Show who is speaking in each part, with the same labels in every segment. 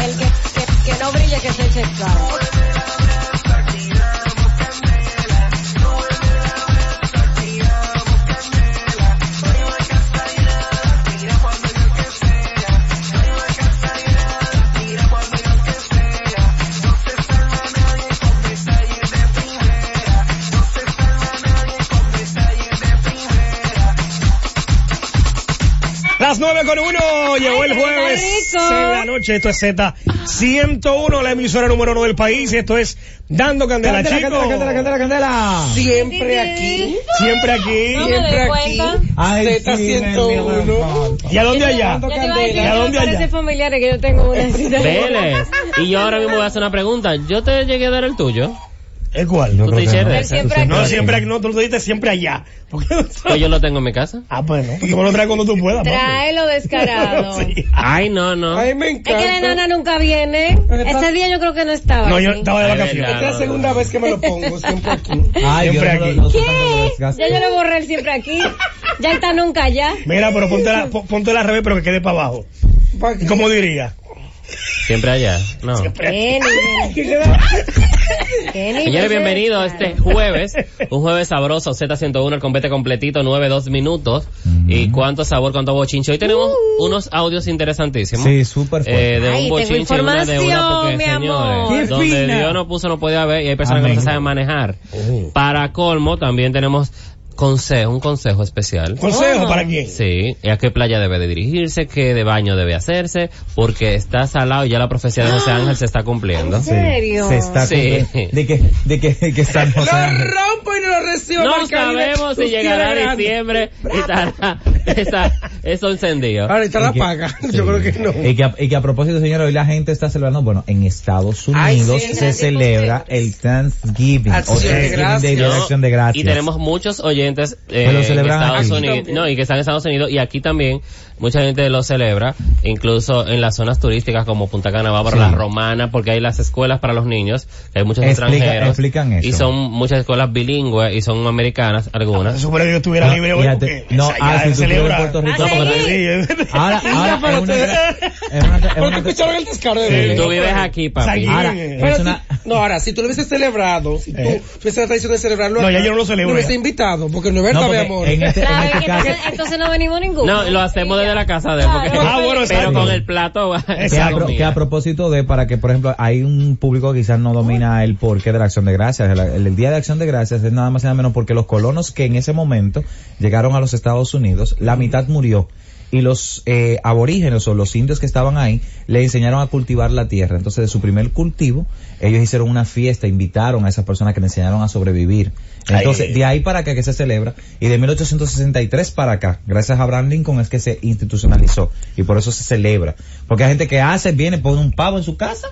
Speaker 1: El que, que- que no brille, que se eche el clavo.
Speaker 2: Las 9 con 1, llegó
Speaker 1: Ay,
Speaker 2: el
Speaker 1: qué
Speaker 2: jueves
Speaker 1: rico.
Speaker 2: en la noche, esto es Z101, la emisora número uno del país, y esto es Dando Candela,
Speaker 3: Candela,
Speaker 2: chicos.
Speaker 3: candela, candela, candela, candela.
Speaker 4: Siempre aquí,
Speaker 2: Siempre aquí.
Speaker 1: No me doy
Speaker 4: siempre aquí.
Speaker 1: cuenta.
Speaker 3: Ay,
Speaker 4: Z101.
Speaker 3: sí, me- me- me-
Speaker 2: ¿Y a dónde
Speaker 1: Ya
Speaker 2: allá?
Speaker 1: te iba a decir,
Speaker 2: ¿Y a
Speaker 1: no
Speaker 2: dónde
Speaker 1: me
Speaker 2: allá?
Speaker 1: parece familiar que yo tengo una cita.
Speaker 5: Vélez. Y yo ahora mismo voy a hacer una pregunta. Yo te llegué a dar el tuyo.
Speaker 2: ¿Es cuál?
Speaker 5: Tú te hiciste
Speaker 1: Él
Speaker 5: esa.
Speaker 1: siempre
Speaker 2: No,
Speaker 1: aquí.
Speaker 2: siempre aquí, no, tú lo dijiste siempre allá. ¿Por qué no
Speaker 5: Pues yo lo tengo en mi casa.
Speaker 2: Ah, bueno, porque me lo traes cuando tú puedas. papi.
Speaker 1: Tráelo descarado.
Speaker 2: Sí.
Speaker 5: Ay, no, no.
Speaker 4: A mí me
Speaker 1: Es que la
Speaker 4: encanta.
Speaker 1: nana nunca viene. Ese día yo creo que no estaba.
Speaker 2: No, yo
Speaker 1: aquí.
Speaker 2: estaba de
Speaker 5: Ay,
Speaker 2: vacaciones.
Speaker 5: verdad.
Speaker 4: Es la segunda vez que me lo pongo, siempre aquí.
Speaker 3: Ay,
Speaker 2: Siempre
Speaker 3: Dios, no
Speaker 2: aquí.
Speaker 3: lo- no sé tanto lo
Speaker 1: ¿Qué?
Speaker 3: desgaste.
Speaker 1: Ya yo le borré el siempre aquí. Ya está nunca ya.
Speaker 2: Mira, pero ponte la, po- ponte la al revés, pero que quede para abajo.
Speaker 4: Pa-
Speaker 2: ¿Y ¿Cómo diría?
Speaker 5: Siempre allá. No.
Speaker 1: Kenny, Kenny.
Speaker 5: Señores, bienvenidos a este jueves, un jueves sabroso, Z101, el compete completito, 9, 2 minutos. ¿Y cuánto sabor, cuánto bochincho? Hoy tenemos unos audios interesantísimos.
Speaker 3: Sí, súper fuerte.
Speaker 5: Eh, de
Speaker 1: Ay,
Speaker 5: un
Speaker 1: tengo
Speaker 5: bochinche y una de una porque,
Speaker 1: información, mi amor.
Speaker 5: señores,
Speaker 3: Qué
Speaker 5: donde
Speaker 3: fina.
Speaker 5: Dios no puso no podía haber y hay personas que
Speaker 3: Amén.
Speaker 5: no se saben manejar. Para colmo, también tenemos consejo, un consejo especial.
Speaker 2: ¿Consejo para quién?
Speaker 5: Sí, y a qué playa debe de dirigirse, qué de baño debe hacerse, porque está salado y ya la profecía de José Ángel se está cumpliendo.
Speaker 3: Sí,
Speaker 1: serio?
Speaker 3: Se está
Speaker 5: Sí.
Speaker 3: cumpliendo. de que de que de que San José
Speaker 4: Lo rompo y no lo recibo.
Speaker 5: No
Speaker 4: marca ni de-
Speaker 5: sabemos si
Speaker 4: Tú
Speaker 5: llegará
Speaker 4: quieres
Speaker 5: diciembre y estará, está- eso encendido.
Speaker 4: ganar. Ahorita la
Speaker 3: Y que-
Speaker 4: paga. Yo creo que no.
Speaker 3: Y que, a, y que a propósito, señor, hoy la gente está celebrando, bueno, en Estados
Speaker 4: Ay, sí,
Speaker 3: Unidos se
Speaker 4: gracias
Speaker 3: celebra el Thanksgiving, o
Speaker 4: Acción de
Speaker 3: Thanksgiving
Speaker 4: gracias.
Speaker 3: Day, Día de Acción de Gracias.
Speaker 5: Y tenemos muchos oyentes eh,
Speaker 3: Que lo
Speaker 5: en
Speaker 3: celebran
Speaker 5: Estados
Speaker 3: aquí.
Speaker 5: Unidos, no, y que están en Estados Unidos y aquí también mucha gente lo celebra, incluso en las zonas turísticas como Punta Cana va para
Speaker 3: Sí.
Speaker 5: la Romana, porque hay las escuelas para los niños, que hay muchos
Speaker 3: Explica-
Speaker 5: extranjeros
Speaker 3: explican eso.
Speaker 5: y son muchas escuelas bilingües y son americanas
Speaker 2: Se
Speaker 5: algunas.
Speaker 2: supone que yo estuviera
Speaker 3: No,
Speaker 2: libre hoy.
Speaker 3: fíjate,
Speaker 2: porque
Speaker 3: no,
Speaker 2: esa
Speaker 3: ah,
Speaker 2: ya
Speaker 3: si tú estuvieras
Speaker 2: celebra.
Speaker 3: en Puerto Rico,
Speaker 2: Ah,
Speaker 5: porque-
Speaker 4: Este
Speaker 2: sí.
Speaker 3: Ahora, ahora,
Speaker 4: pero
Speaker 3: es una,
Speaker 4: te-
Speaker 3: es una- es
Speaker 4: Porque
Speaker 3: una-
Speaker 4: escucharon el descaro de
Speaker 2: Sí.
Speaker 4: mí.
Speaker 5: Tú vives aquí, papi.
Speaker 2: Seguí.
Speaker 3: ahora,
Speaker 2: Pero
Speaker 3: es
Speaker 4: Pero
Speaker 3: una-
Speaker 4: si- no, ahora, si tú lo hubieses celebrado, si tú
Speaker 2: Eh.
Speaker 4: hubieses la tradición de celebrarlo,
Speaker 2: No, ya
Speaker 4: acá,
Speaker 2: yo no lo celebro
Speaker 4: No hubiese
Speaker 2: ya.
Speaker 4: invitado, porque no es
Speaker 3: no,
Speaker 4: verdad, mi
Speaker 3: porque
Speaker 4: amor.
Speaker 3: en este, en
Speaker 1: Claro,
Speaker 3: este
Speaker 1: que entonces,
Speaker 3: caso,
Speaker 1: entonces no venimos ninguno.
Speaker 5: No, lo hacemos desde la casa de él, porque-
Speaker 2: Ah, bueno,
Speaker 5: pero
Speaker 2: exacto.
Speaker 5: con el plato va-
Speaker 3: que a,
Speaker 2: Exacto.
Speaker 3: pro-
Speaker 5: comida.
Speaker 3: que a propósito de, para que, por ejemplo, hay un público que quizás no domina el porqué de la acción de gracias. El, el Día de Acción de Gracias es nada más y nada menos porque los colonos que en ese momento llegaron a los Estados Unidos, la mitad murió. Y los eh, aborígenes o los indios que estaban ahí le enseñaron a cultivar la tierra. Entonces, de su primer cultivo, ellos hicieron una fiesta, invitaron a esas personas que le enseñaron a sobrevivir. Entonces,
Speaker 2: Ay.
Speaker 3: de ahí para acá que se celebra. Y de 1863 para acá, gracias a Abraham Lincoln, es que se institucionalizó. Y por eso se celebra. Porque hay gente que hace, viene, pone un pavo en su casa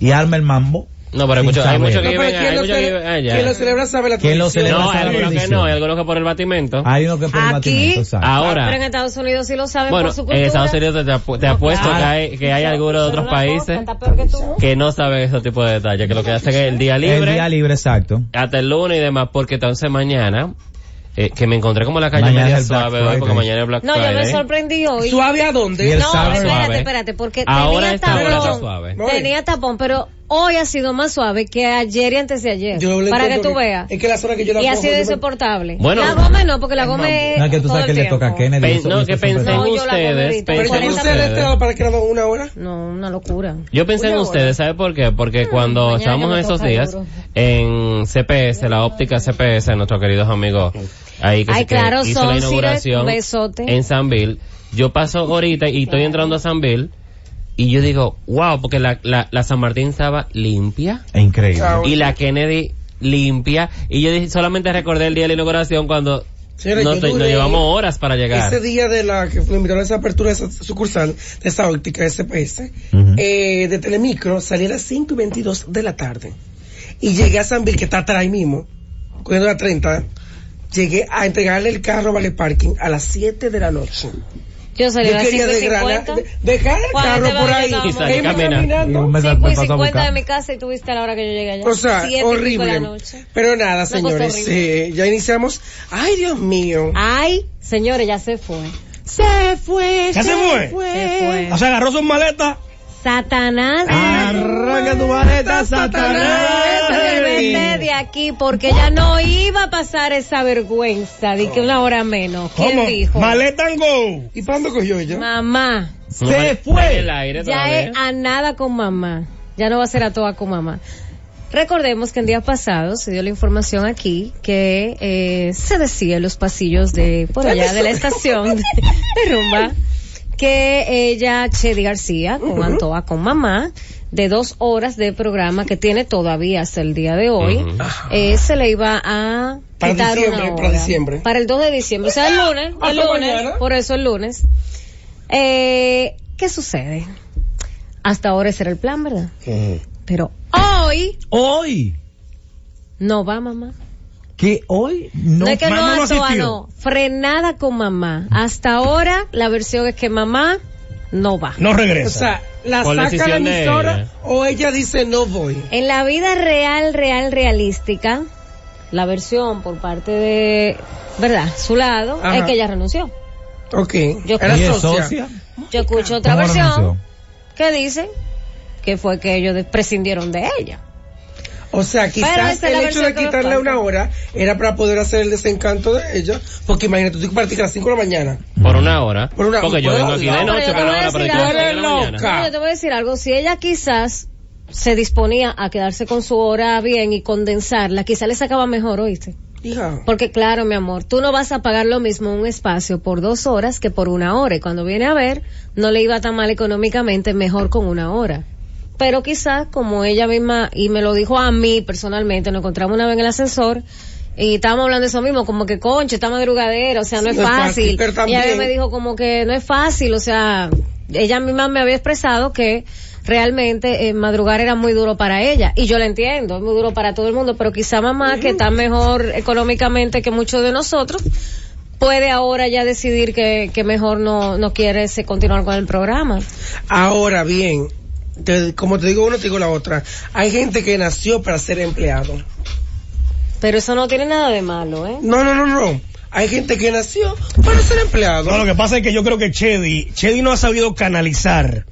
Speaker 3: y arma el mambo.
Speaker 5: No, pero hay
Speaker 3: Sin
Speaker 5: muchos hay
Speaker 3: saber.
Speaker 5: mucho que
Speaker 3: No,
Speaker 4: pero
Speaker 5: viven
Speaker 4: ¿quién
Speaker 5: hay
Speaker 4: lo,
Speaker 5: muchos que viven
Speaker 4: cele-
Speaker 5: allá.
Speaker 4: quién lo celebra sabe la
Speaker 3: ¿Quién lo
Speaker 4: tradición.
Speaker 3: celebra?
Speaker 5: No,
Speaker 3: sabe
Speaker 5: hay
Speaker 3: la
Speaker 5: algunos que
Speaker 3: tradición?
Speaker 5: no, hay algunos que por el Ah, batimento.
Speaker 3: Hay uno que por el
Speaker 1: Aquí.
Speaker 3: batimento, exacto.
Speaker 5: Ahora.
Speaker 1: Ah, Pero en Estados Unidos sí lo saben
Speaker 5: Bueno,
Speaker 1: por su
Speaker 5: en
Speaker 1: cultura.
Speaker 5: Estados Unidos te- te, apu- te
Speaker 1: No,
Speaker 5: apuesto
Speaker 1: claro.
Speaker 5: que hay, que hay algunos de otros
Speaker 1: Pero una cosa,
Speaker 5: países
Speaker 1: está peor que tú.
Speaker 5: que no saben ese tipo de detalles, que lo que hacen es el día
Speaker 3: El
Speaker 5: libre,
Speaker 3: día libre, exacto.
Speaker 5: hasta el lunes y demás, porque entonces mañana, eh, que me encontré como la calle
Speaker 3: Mañana
Speaker 5: media
Speaker 3: es el Black
Speaker 5: suave hoy, porque
Speaker 3: Friday.
Speaker 5: mañana es Black
Speaker 1: No, yo
Speaker 5: Friday.
Speaker 1: me sorprendí hoy.
Speaker 4: ¿Suave a
Speaker 3: Y
Speaker 4: dónde?
Speaker 3: el
Speaker 1: no,
Speaker 3: sábado.
Speaker 1: espérate,
Speaker 5: Suave.
Speaker 1: espérate, porque
Speaker 5: Ahora
Speaker 1: tenía
Speaker 5: está ahora está
Speaker 1: tapón.
Speaker 5: suave.
Speaker 4: Voy.
Speaker 1: Tenía tapón, pero hoy ha sido más suave que ayer y antes de ayer.
Speaker 4: Yo le
Speaker 1: para que
Speaker 4: encuentro
Speaker 1: tú veas.
Speaker 4: Es que la zona que yo la
Speaker 1: Y ha
Speaker 4: cojo,
Speaker 1: sido
Speaker 4: yo me-
Speaker 1: insoportable.
Speaker 5: Bueno.
Speaker 1: la goma no, porque la goma es.
Speaker 3: No, es que tú
Speaker 1: Eh,
Speaker 3: sabes
Speaker 1: todo
Speaker 3: que
Speaker 1: el
Speaker 3: le
Speaker 1: tiempo.
Speaker 3: toca a Kennedy.
Speaker 5: Pen-
Speaker 3: eso-
Speaker 5: no,
Speaker 3: eso
Speaker 5: que
Speaker 3: siempre-
Speaker 5: pensé en
Speaker 1: No, yo la
Speaker 5: ustedes,
Speaker 1: comedita.
Speaker 4: Pero
Speaker 5: pensé
Speaker 4: yo
Speaker 5: en
Speaker 4: no
Speaker 1: Cuarenta
Speaker 4: sé de este lado
Speaker 5: ustedes.
Speaker 4: para que la hagan una hora.
Speaker 1: No, una locura.
Speaker 5: Yo pensé en
Speaker 1: Una
Speaker 5: ustedes, ¿sabe por qué? Porque cuando
Speaker 1: Mm, mañana
Speaker 5: estábamos
Speaker 1: que
Speaker 5: en
Speaker 1: me
Speaker 5: esos
Speaker 1: toca
Speaker 5: días
Speaker 1: duro.
Speaker 5: en CPS, la óptica CPS, nuestros queridos amigos ahí que,
Speaker 1: Ay,
Speaker 5: se- que
Speaker 1: claro,
Speaker 5: hizo la
Speaker 1: Sonsiret,
Speaker 5: inauguración
Speaker 1: besote.
Speaker 5: en San Bill. Yo paso ahorita y estoy entrando a San Bill y yo digo, wow, porque la, la, la San Martín estaba limpia
Speaker 3: Es Increíble.
Speaker 4: Ah, bueno.
Speaker 5: y la Kennedy limpia y yo dije- solamente recordé el día de la inauguración cuando
Speaker 4: Señora,
Speaker 5: nos,
Speaker 4: yo
Speaker 5: te- nos
Speaker 4: duré
Speaker 5: llevamos horas para llegar.
Speaker 4: Ese día de la que me invitaron a esa apertura de esa sucursal, de esa óptica de SPS,
Speaker 3: Ujú.
Speaker 4: eh, de Telemicro, salí a las 5 y 22 de la tarde. Y llegué a San Bill, que está atrás ahí mismo, cogiendo la 30. Llegué a entregarle el carro a Vale Parking a las 7 de la noche.
Speaker 1: Yo salí
Speaker 4: Yo
Speaker 1: a las
Speaker 4: quería
Speaker 1: 5 y
Speaker 4: desgranar,
Speaker 1: 50.
Speaker 4: de- dejar el
Speaker 1: Cuando
Speaker 4: carro
Speaker 1: te
Speaker 4: por
Speaker 1: vas,
Speaker 4: ahí.
Speaker 1: estábamos-
Speaker 5: Y salí
Speaker 4: e irme
Speaker 5: caminando.
Speaker 4: caminando.
Speaker 3: Y un mes
Speaker 1: 5 y
Speaker 3: después pasó a
Speaker 1: 50 de
Speaker 3: buscar.
Speaker 1: mi casa y tuviste a la hora que yo llegué allá.
Speaker 4: O sea,
Speaker 1: Siete y pico de la
Speaker 4: horrible.
Speaker 1: noche.
Speaker 4: Pero nada,
Speaker 1: cosa
Speaker 4: señores,
Speaker 1: horrible. Ah.
Speaker 4: eh, ya iniciamos. Ay, Dios mío.
Speaker 1: Ay, señores, ya se fue.
Speaker 4: Se fue.
Speaker 2: ¿Ya se fue?
Speaker 1: Se fue.
Speaker 2: O sea, agarró sus maletas.
Speaker 1: Satanás.
Speaker 3: Arranca tu maleta, Satanás.
Speaker 1: Satanás, vete de aquí porque ya no iba a pasar esa vergüenza de que una hora menos. ¿Quién
Speaker 2: ¿Cómo?
Speaker 1: dijo?
Speaker 2: Maleta and go.
Speaker 4: ¿Y para dónde cogió ella?
Speaker 1: Mamá.
Speaker 5: Se fue. El aire
Speaker 1: Ya
Speaker 5: todavía.
Speaker 1: es a nada con mamá. Ya no va a ser a toda con mamá. Recordemos que en días pasados se dio la información aquí que eh, se decía en los pasillos de por allá de la estación de, de Rumba que ella, Chedi García, con Antoa, con mamá, de dos horas de programa que tiene todavía hasta el día de hoy,
Speaker 5: Ujú.
Speaker 1: eh, se le iba a
Speaker 4: Para
Speaker 1: quitar una
Speaker 4: diciembre, para
Speaker 1: hora.
Speaker 4: diciembre.
Speaker 1: Para el 2 de diciembre, o sea, el lunes, el
Speaker 4: Hasta
Speaker 1: lunes,
Speaker 4: mañana.
Speaker 1: por eso el lunes. Eh, ¿Qué sucede? Hasta ahora ese era el plan, ¿verdad? Pero hoy
Speaker 3: Hoy.
Speaker 1: no va mamá.
Speaker 3: Que hoy
Speaker 1: No,
Speaker 3: no.
Speaker 1: es que no,
Speaker 2: mamá no
Speaker 1: Antoa,
Speaker 2: asistió.
Speaker 1: no. Frenada con mamá. Hasta ahora la versión es que mamá no va.
Speaker 2: No
Speaker 4: O
Speaker 2: regresa.
Speaker 4: sea, la
Speaker 5: Por
Speaker 4: saca la
Speaker 5: decisión de
Speaker 4: emisora
Speaker 5: ella.
Speaker 4: o ella dice no voy.
Speaker 1: En la vida real, real, realística, la versión por parte de, ¿verdad? Su lado
Speaker 4: Ajá.
Speaker 1: es que ella renunció.
Speaker 4: Ok.
Speaker 1: Yo-
Speaker 4: Era
Speaker 3: ¿Y
Speaker 4: socia.
Speaker 3: es socia?
Speaker 1: Yo escucho otra
Speaker 3: ¿Cómo renunció?
Speaker 1: versión que dice que fue que ellos des- prescindieron de ella.
Speaker 4: O sea,
Speaker 1: Pero
Speaker 4: quizás
Speaker 1: esa es
Speaker 4: el
Speaker 1: la
Speaker 4: hecho
Speaker 1: versión
Speaker 4: de
Speaker 1: que nos
Speaker 4: quitarle
Speaker 1: falta.
Speaker 4: una hora era para poder hacer el desencanto de ella. Porque imagínate, tú partiste a las 5 de la mañana.
Speaker 5: Por una hora.
Speaker 4: Por una-
Speaker 5: porque yo
Speaker 4: por-
Speaker 5: vengo aquí de
Speaker 4: no,
Speaker 5: noche,
Speaker 1: pero yo
Speaker 5: por una
Speaker 1: te
Speaker 5: hora,
Speaker 1: voy
Speaker 5: pero
Speaker 1: a
Speaker 5: yo
Speaker 1: decir
Speaker 5: vengo
Speaker 4: algo.
Speaker 5: de la mañana.
Speaker 4: Loca.
Speaker 1: No, yo te voy a decir algo. Si ella quizás se disponía a quedarse con su hora bien y condensarla, quizás le sacaba mejor, ¿oíste?
Speaker 4: Hija.
Speaker 1: Porque claro, mi amor, tú no vas a pagar lo mismo un espacio por dos horas que por una hora. Y cuando viene a ver, no le iba tan mal económicamente, mejor con una hora. Pero quizás, como ella misma, y me lo dijo a mí personalmente, nos encontramos una vez en el ascensor, y estábamos hablando de eso mismo, como que conche, está madrugadera, o sea, no
Speaker 4: Sí,
Speaker 1: es fácil.
Speaker 4: pero
Speaker 1: y ella
Speaker 4: también-
Speaker 1: me dijo como que no es fácil, o sea, ella misma me había expresado que realmente eh, madrugar era muy duro para ella. Y yo la entiendo, es muy duro para todo el mundo, pero quizá mamá, que está mejor económicamente que muchos de nosotros, puede ahora ya decidir que, que mejor no, no quiere se continuar con el programa.
Speaker 4: Ahora bien, te- como te digo uno, te digo la otra. Hay gente que nació para ser empleado.
Speaker 1: Pero eso no tiene nada de malo, ¿eh?
Speaker 4: No, no, no, no. Hay gente que nació para ser empleado.
Speaker 2: No, lo que pasa es que yo creo que Chedi, Chedi no ha sabido canalizar,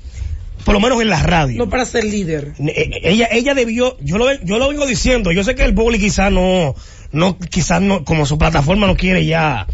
Speaker 2: por lo menos en las radios.
Speaker 4: No para ser líder.
Speaker 2: Ne- eh, ella ella debió yo lo yo lo vengo diciendo yo sé que el público quizás no no quizás no como su plataforma no quiere ya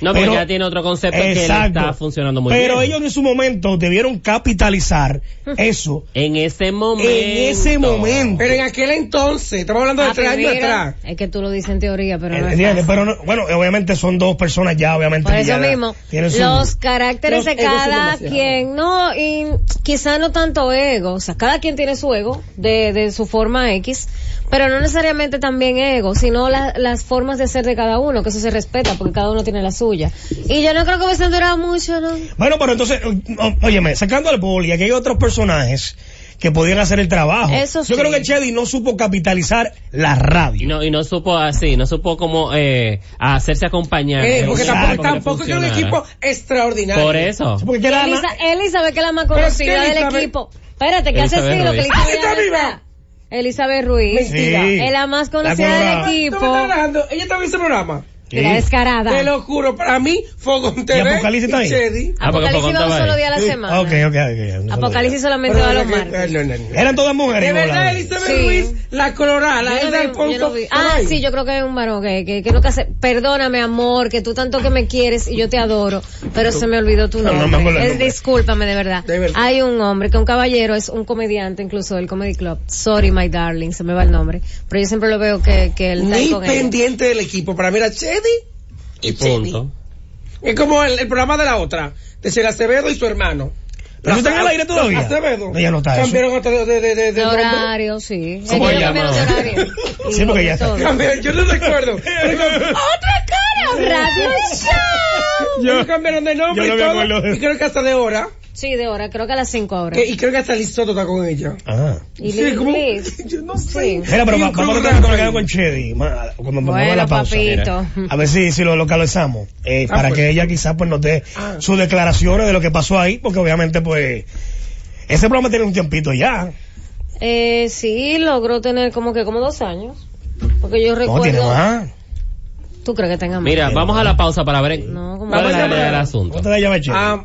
Speaker 5: No, porque
Speaker 2: Pero-
Speaker 5: ya tiene otro concepto que le está funcionando muy
Speaker 2: pero
Speaker 5: bien.
Speaker 2: ellos en su momento debieron capitalizar eso
Speaker 5: en ese momento.
Speaker 2: en ese momento
Speaker 4: Pero en aquel entonces, estamos hablando de
Speaker 1: Ah,
Speaker 4: tres
Speaker 1: pero
Speaker 4: años
Speaker 1: mira,
Speaker 4: atrás.
Speaker 1: Es que tú lo dices en teoría, pero no es
Speaker 2: Eh, ¿Entiendes?
Speaker 1: fácil.
Speaker 2: pero no- bueno obviamente son dos personas ya obviamente
Speaker 1: Por
Speaker 2: que
Speaker 1: eso
Speaker 2: ya
Speaker 1: mismo,
Speaker 2: tienen su-
Speaker 1: los caracteres
Speaker 4: Los
Speaker 1: de
Speaker 4: egos son
Speaker 1: cada
Speaker 4: demasiado.
Speaker 1: quien, no, y quizá no tanto ego, o sea, cada quien tiene su ego de, de su forma X, pero no necesariamente también ego, sino la- las formas de ser de cada uno, que eso se respeta, porque cada uno tiene la suya. Y yo no creo que me han durado mucho, ¿no?
Speaker 2: Bueno, pero entonces, o- óyeme, sacando al público, aquí hay otros personajes que podían hacer el trabajo.
Speaker 1: Eso
Speaker 2: Yo
Speaker 1: sí.
Speaker 2: creo que Chedi no supo capitalizar la
Speaker 5: Y
Speaker 2: radio.
Speaker 5: no, y no supo así, no supo como eh, hacerse acompañar.
Speaker 4: Eh, porque
Speaker 2: Exacto.
Speaker 4: tampoco,
Speaker 5: Para que
Speaker 4: tampoco es que era un
Speaker 5: funcionara.
Speaker 4: equipo extraordinario.
Speaker 5: Por eso.
Speaker 2: Porque era
Speaker 1: Eli,
Speaker 2: la-
Speaker 1: sa- Eli sabe que es la más
Speaker 4: Pero es
Speaker 1: conocida
Speaker 4: que
Speaker 1: del
Speaker 4: Elizabeth-
Speaker 1: equipo. Espérate, que hace
Speaker 5: Elizabeth
Speaker 1: así lo que
Speaker 5: Ruiz.
Speaker 4: ¡Ah,
Speaker 1: Elizabeth
Speaker 4: está
Speaker 1: ya no
Speaker 4: viva!
Speaker 1: está. Elizabeth Ruiz.
Speaker 4: Mentira.
Speaker 2: Sí.
Speaker 1: Es la más
Speaker 2: colorada.
Speaker 1: conocida del
Speaker 4: ¿Tú me estás
Speaker 1: equipo.
Speaker 4: hablando? Ella estaba en ese programa.
Speaker 1: Mira, descarada. Ah,
Speaker 4: Te lo juro, para mí, Fogón TV
Speaker 2: Apocalipsis está ahí?
Speaker 4: Chedi.
Speaker 5: Ah, porque
Speaker 1: Apocalipsis
Speaker 5: Apocalipsis
Speaker 1: va un
Speaker 5: estaba
Speaker 1: solo
Speaker 5: ahí.
Speaker 1: día a la
Speaker 2: Sí.
Speaker 1: semana.
Speaker 2: Ok, ok, ok. No
Speaker 1: Apocalipsis solamente
Speaker 4: Pero
Speaker 1: va
Speaker 4: de
Speaker 1: los
Speaker 4: que-
Speaker 1: martes.
Speaker 4: no, no, no.
Speaker 2: sabía. Eran todas mujeres.
Speaker 4: De verdad,
Speaker 2: volando.
Speaker 4: Elizabeth
Speaker 1: Sí.
Speaker 4: Ruiz, la colorada, la
Speaker 1: Yo
Speaker 4: hija
Speaker 1: no
Speaker 4: del
Speaker 1: vi- yo no
Speaker 4: Ponco.
Speaker 1: vi. Ah, sí, yo creo que hay un varón que, que, que lo que hace. Perdóname, amor, que tú tanto que me quieres y yo te adoro, pero se me olvidó tu
Speaker 2: No, no me
Speaker 1: nombre.
Speaker 2: acuerdo el
Speaker 1: Es-
Speaker 2: nombre.
Speaker 1: discúlpame, de verdad.
Speaker 4: De verdad.
Speaker 1: Hay un hombre que un caballero es un comediante, incluso del Comedy Club. Sorry, my darling, se me va el nombre. Pero yo siempre lo veo que, que él está ahí
Speaker 4: Ni
Speaker 1: con ella.
Speaker 4: pendiente del equipo. Para mí era Chedi.
Speaker 5: Y punto.
Speaker 4: Es como el, el programa de la otra, de Sheila Acevedo y su hermano.
Speaker 2: ¿Pero tú estás en el aire todavía?
Speaker 4: Ah, Acevedo.
Speaker 2: No, ya no está eso.
Speaker 4: Cambiaron hasta de, de, de, de,
Speaker 1: De
Speaker 4: nombre.
Speaker 1: horario, sí.
Speaker 5: ¿Cómo
Speaker 1: Ellos
Speaker 5: se
Speaker 1: cambiaron de
Speaker 5: llama?
Speaker 1: horario.
Speaker 2: Sí,
Speaker 1: Y
Speaker 2: porque ya
Speaker 1: todo.
Speaker 2: está.
Speaker 4: Cambiaron, yo no recuerdo. Pero cam-
Speaker 1: ¡Otra cara! ¡Radio Show!
Speaker 4: Ellos cambiaron de nombre
Speaker 2: yo no
Speaker 4: y
Speaker 2: me
Speaker 4: todo.
Speaker 2: acuerdo de eso.
Speaker 4: Y creo que hasta de hora.
Speaker 1: Sí, de hora, creo que a las 5 ahora.
Speaker 4: que- y creo que hasta Lisoto está con ella.
Speaker 2: Ah.
Speaker 1: Y
Speaker 4: Sí,
Speaker 1: Liz-
Speaker 4: como-
Speaker 1: Liz.
Speaker 4: yo no sé.
Speaker 2: Mira, pero
Speaker 4: Hay
Speaker 2: va-
Speaker 4: un
Speaker 2: vamos a tratar
Speaker 4: club
Speaker 2: de
Speaker 4: raro
Speaker 2: comunicar
Speaker 4: ahí.
Speaker 2: con Chedi. ma- Cuando me
Speaker 1: Bueno,
Speaker 2: la pausa.
Speaker 1: papito.
Speaker 2: A ver si, si lo localizamos. eh,
Speaker 4: Ah,
Speaker 2: para
Speaker 4: pues.
Speaker 2: que ella quizás pues nos dé sus declaraciones de lo que pasó ahí. Porque obviamente pues... Ese programa tiene un tiempito ya.
Speaker 1: Eh, sí, logró tener como que como dos años. Porque yo
Speaker 2: No, tiene
Speaker 1: recuerdo.
Speaker 2: más.
Speaker 1: ¿Tú crees que tenga más?
Speaker 5: Mira, vamos a la pausa para ver
Speaker 1: No, como-
Speaker 5: cuál es
Speaker 1: Vamos a
Speaker 5: la
Speaker 1: llamar.
Speaker 5: realidad del asunto.
Speaker 2: ¿Cómo te la llama Chedi?
Speaker 4: Ah,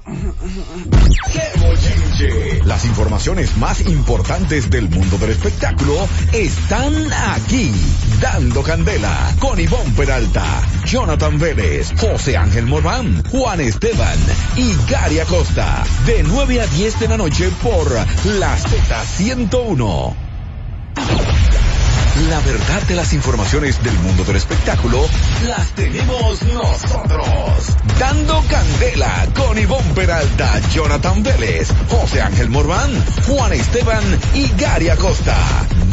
Speaker 6: Las informaciones más importantes del mundo del espectáculo están aquí. Dando Candela con Ivonne Peralta, Jonathan Vélez, José Ángel Morván, Juan Esteban y Gary Acosta. De 9 a 10 de la noche por La Z101. La verdad de las informaciones del mundo del espectáculo las tenemos nosotros. Dando candela con Ivonne Peralta, Jonathan Vélez, José Ángel Morván, Juan Esteban y Gary Acosta.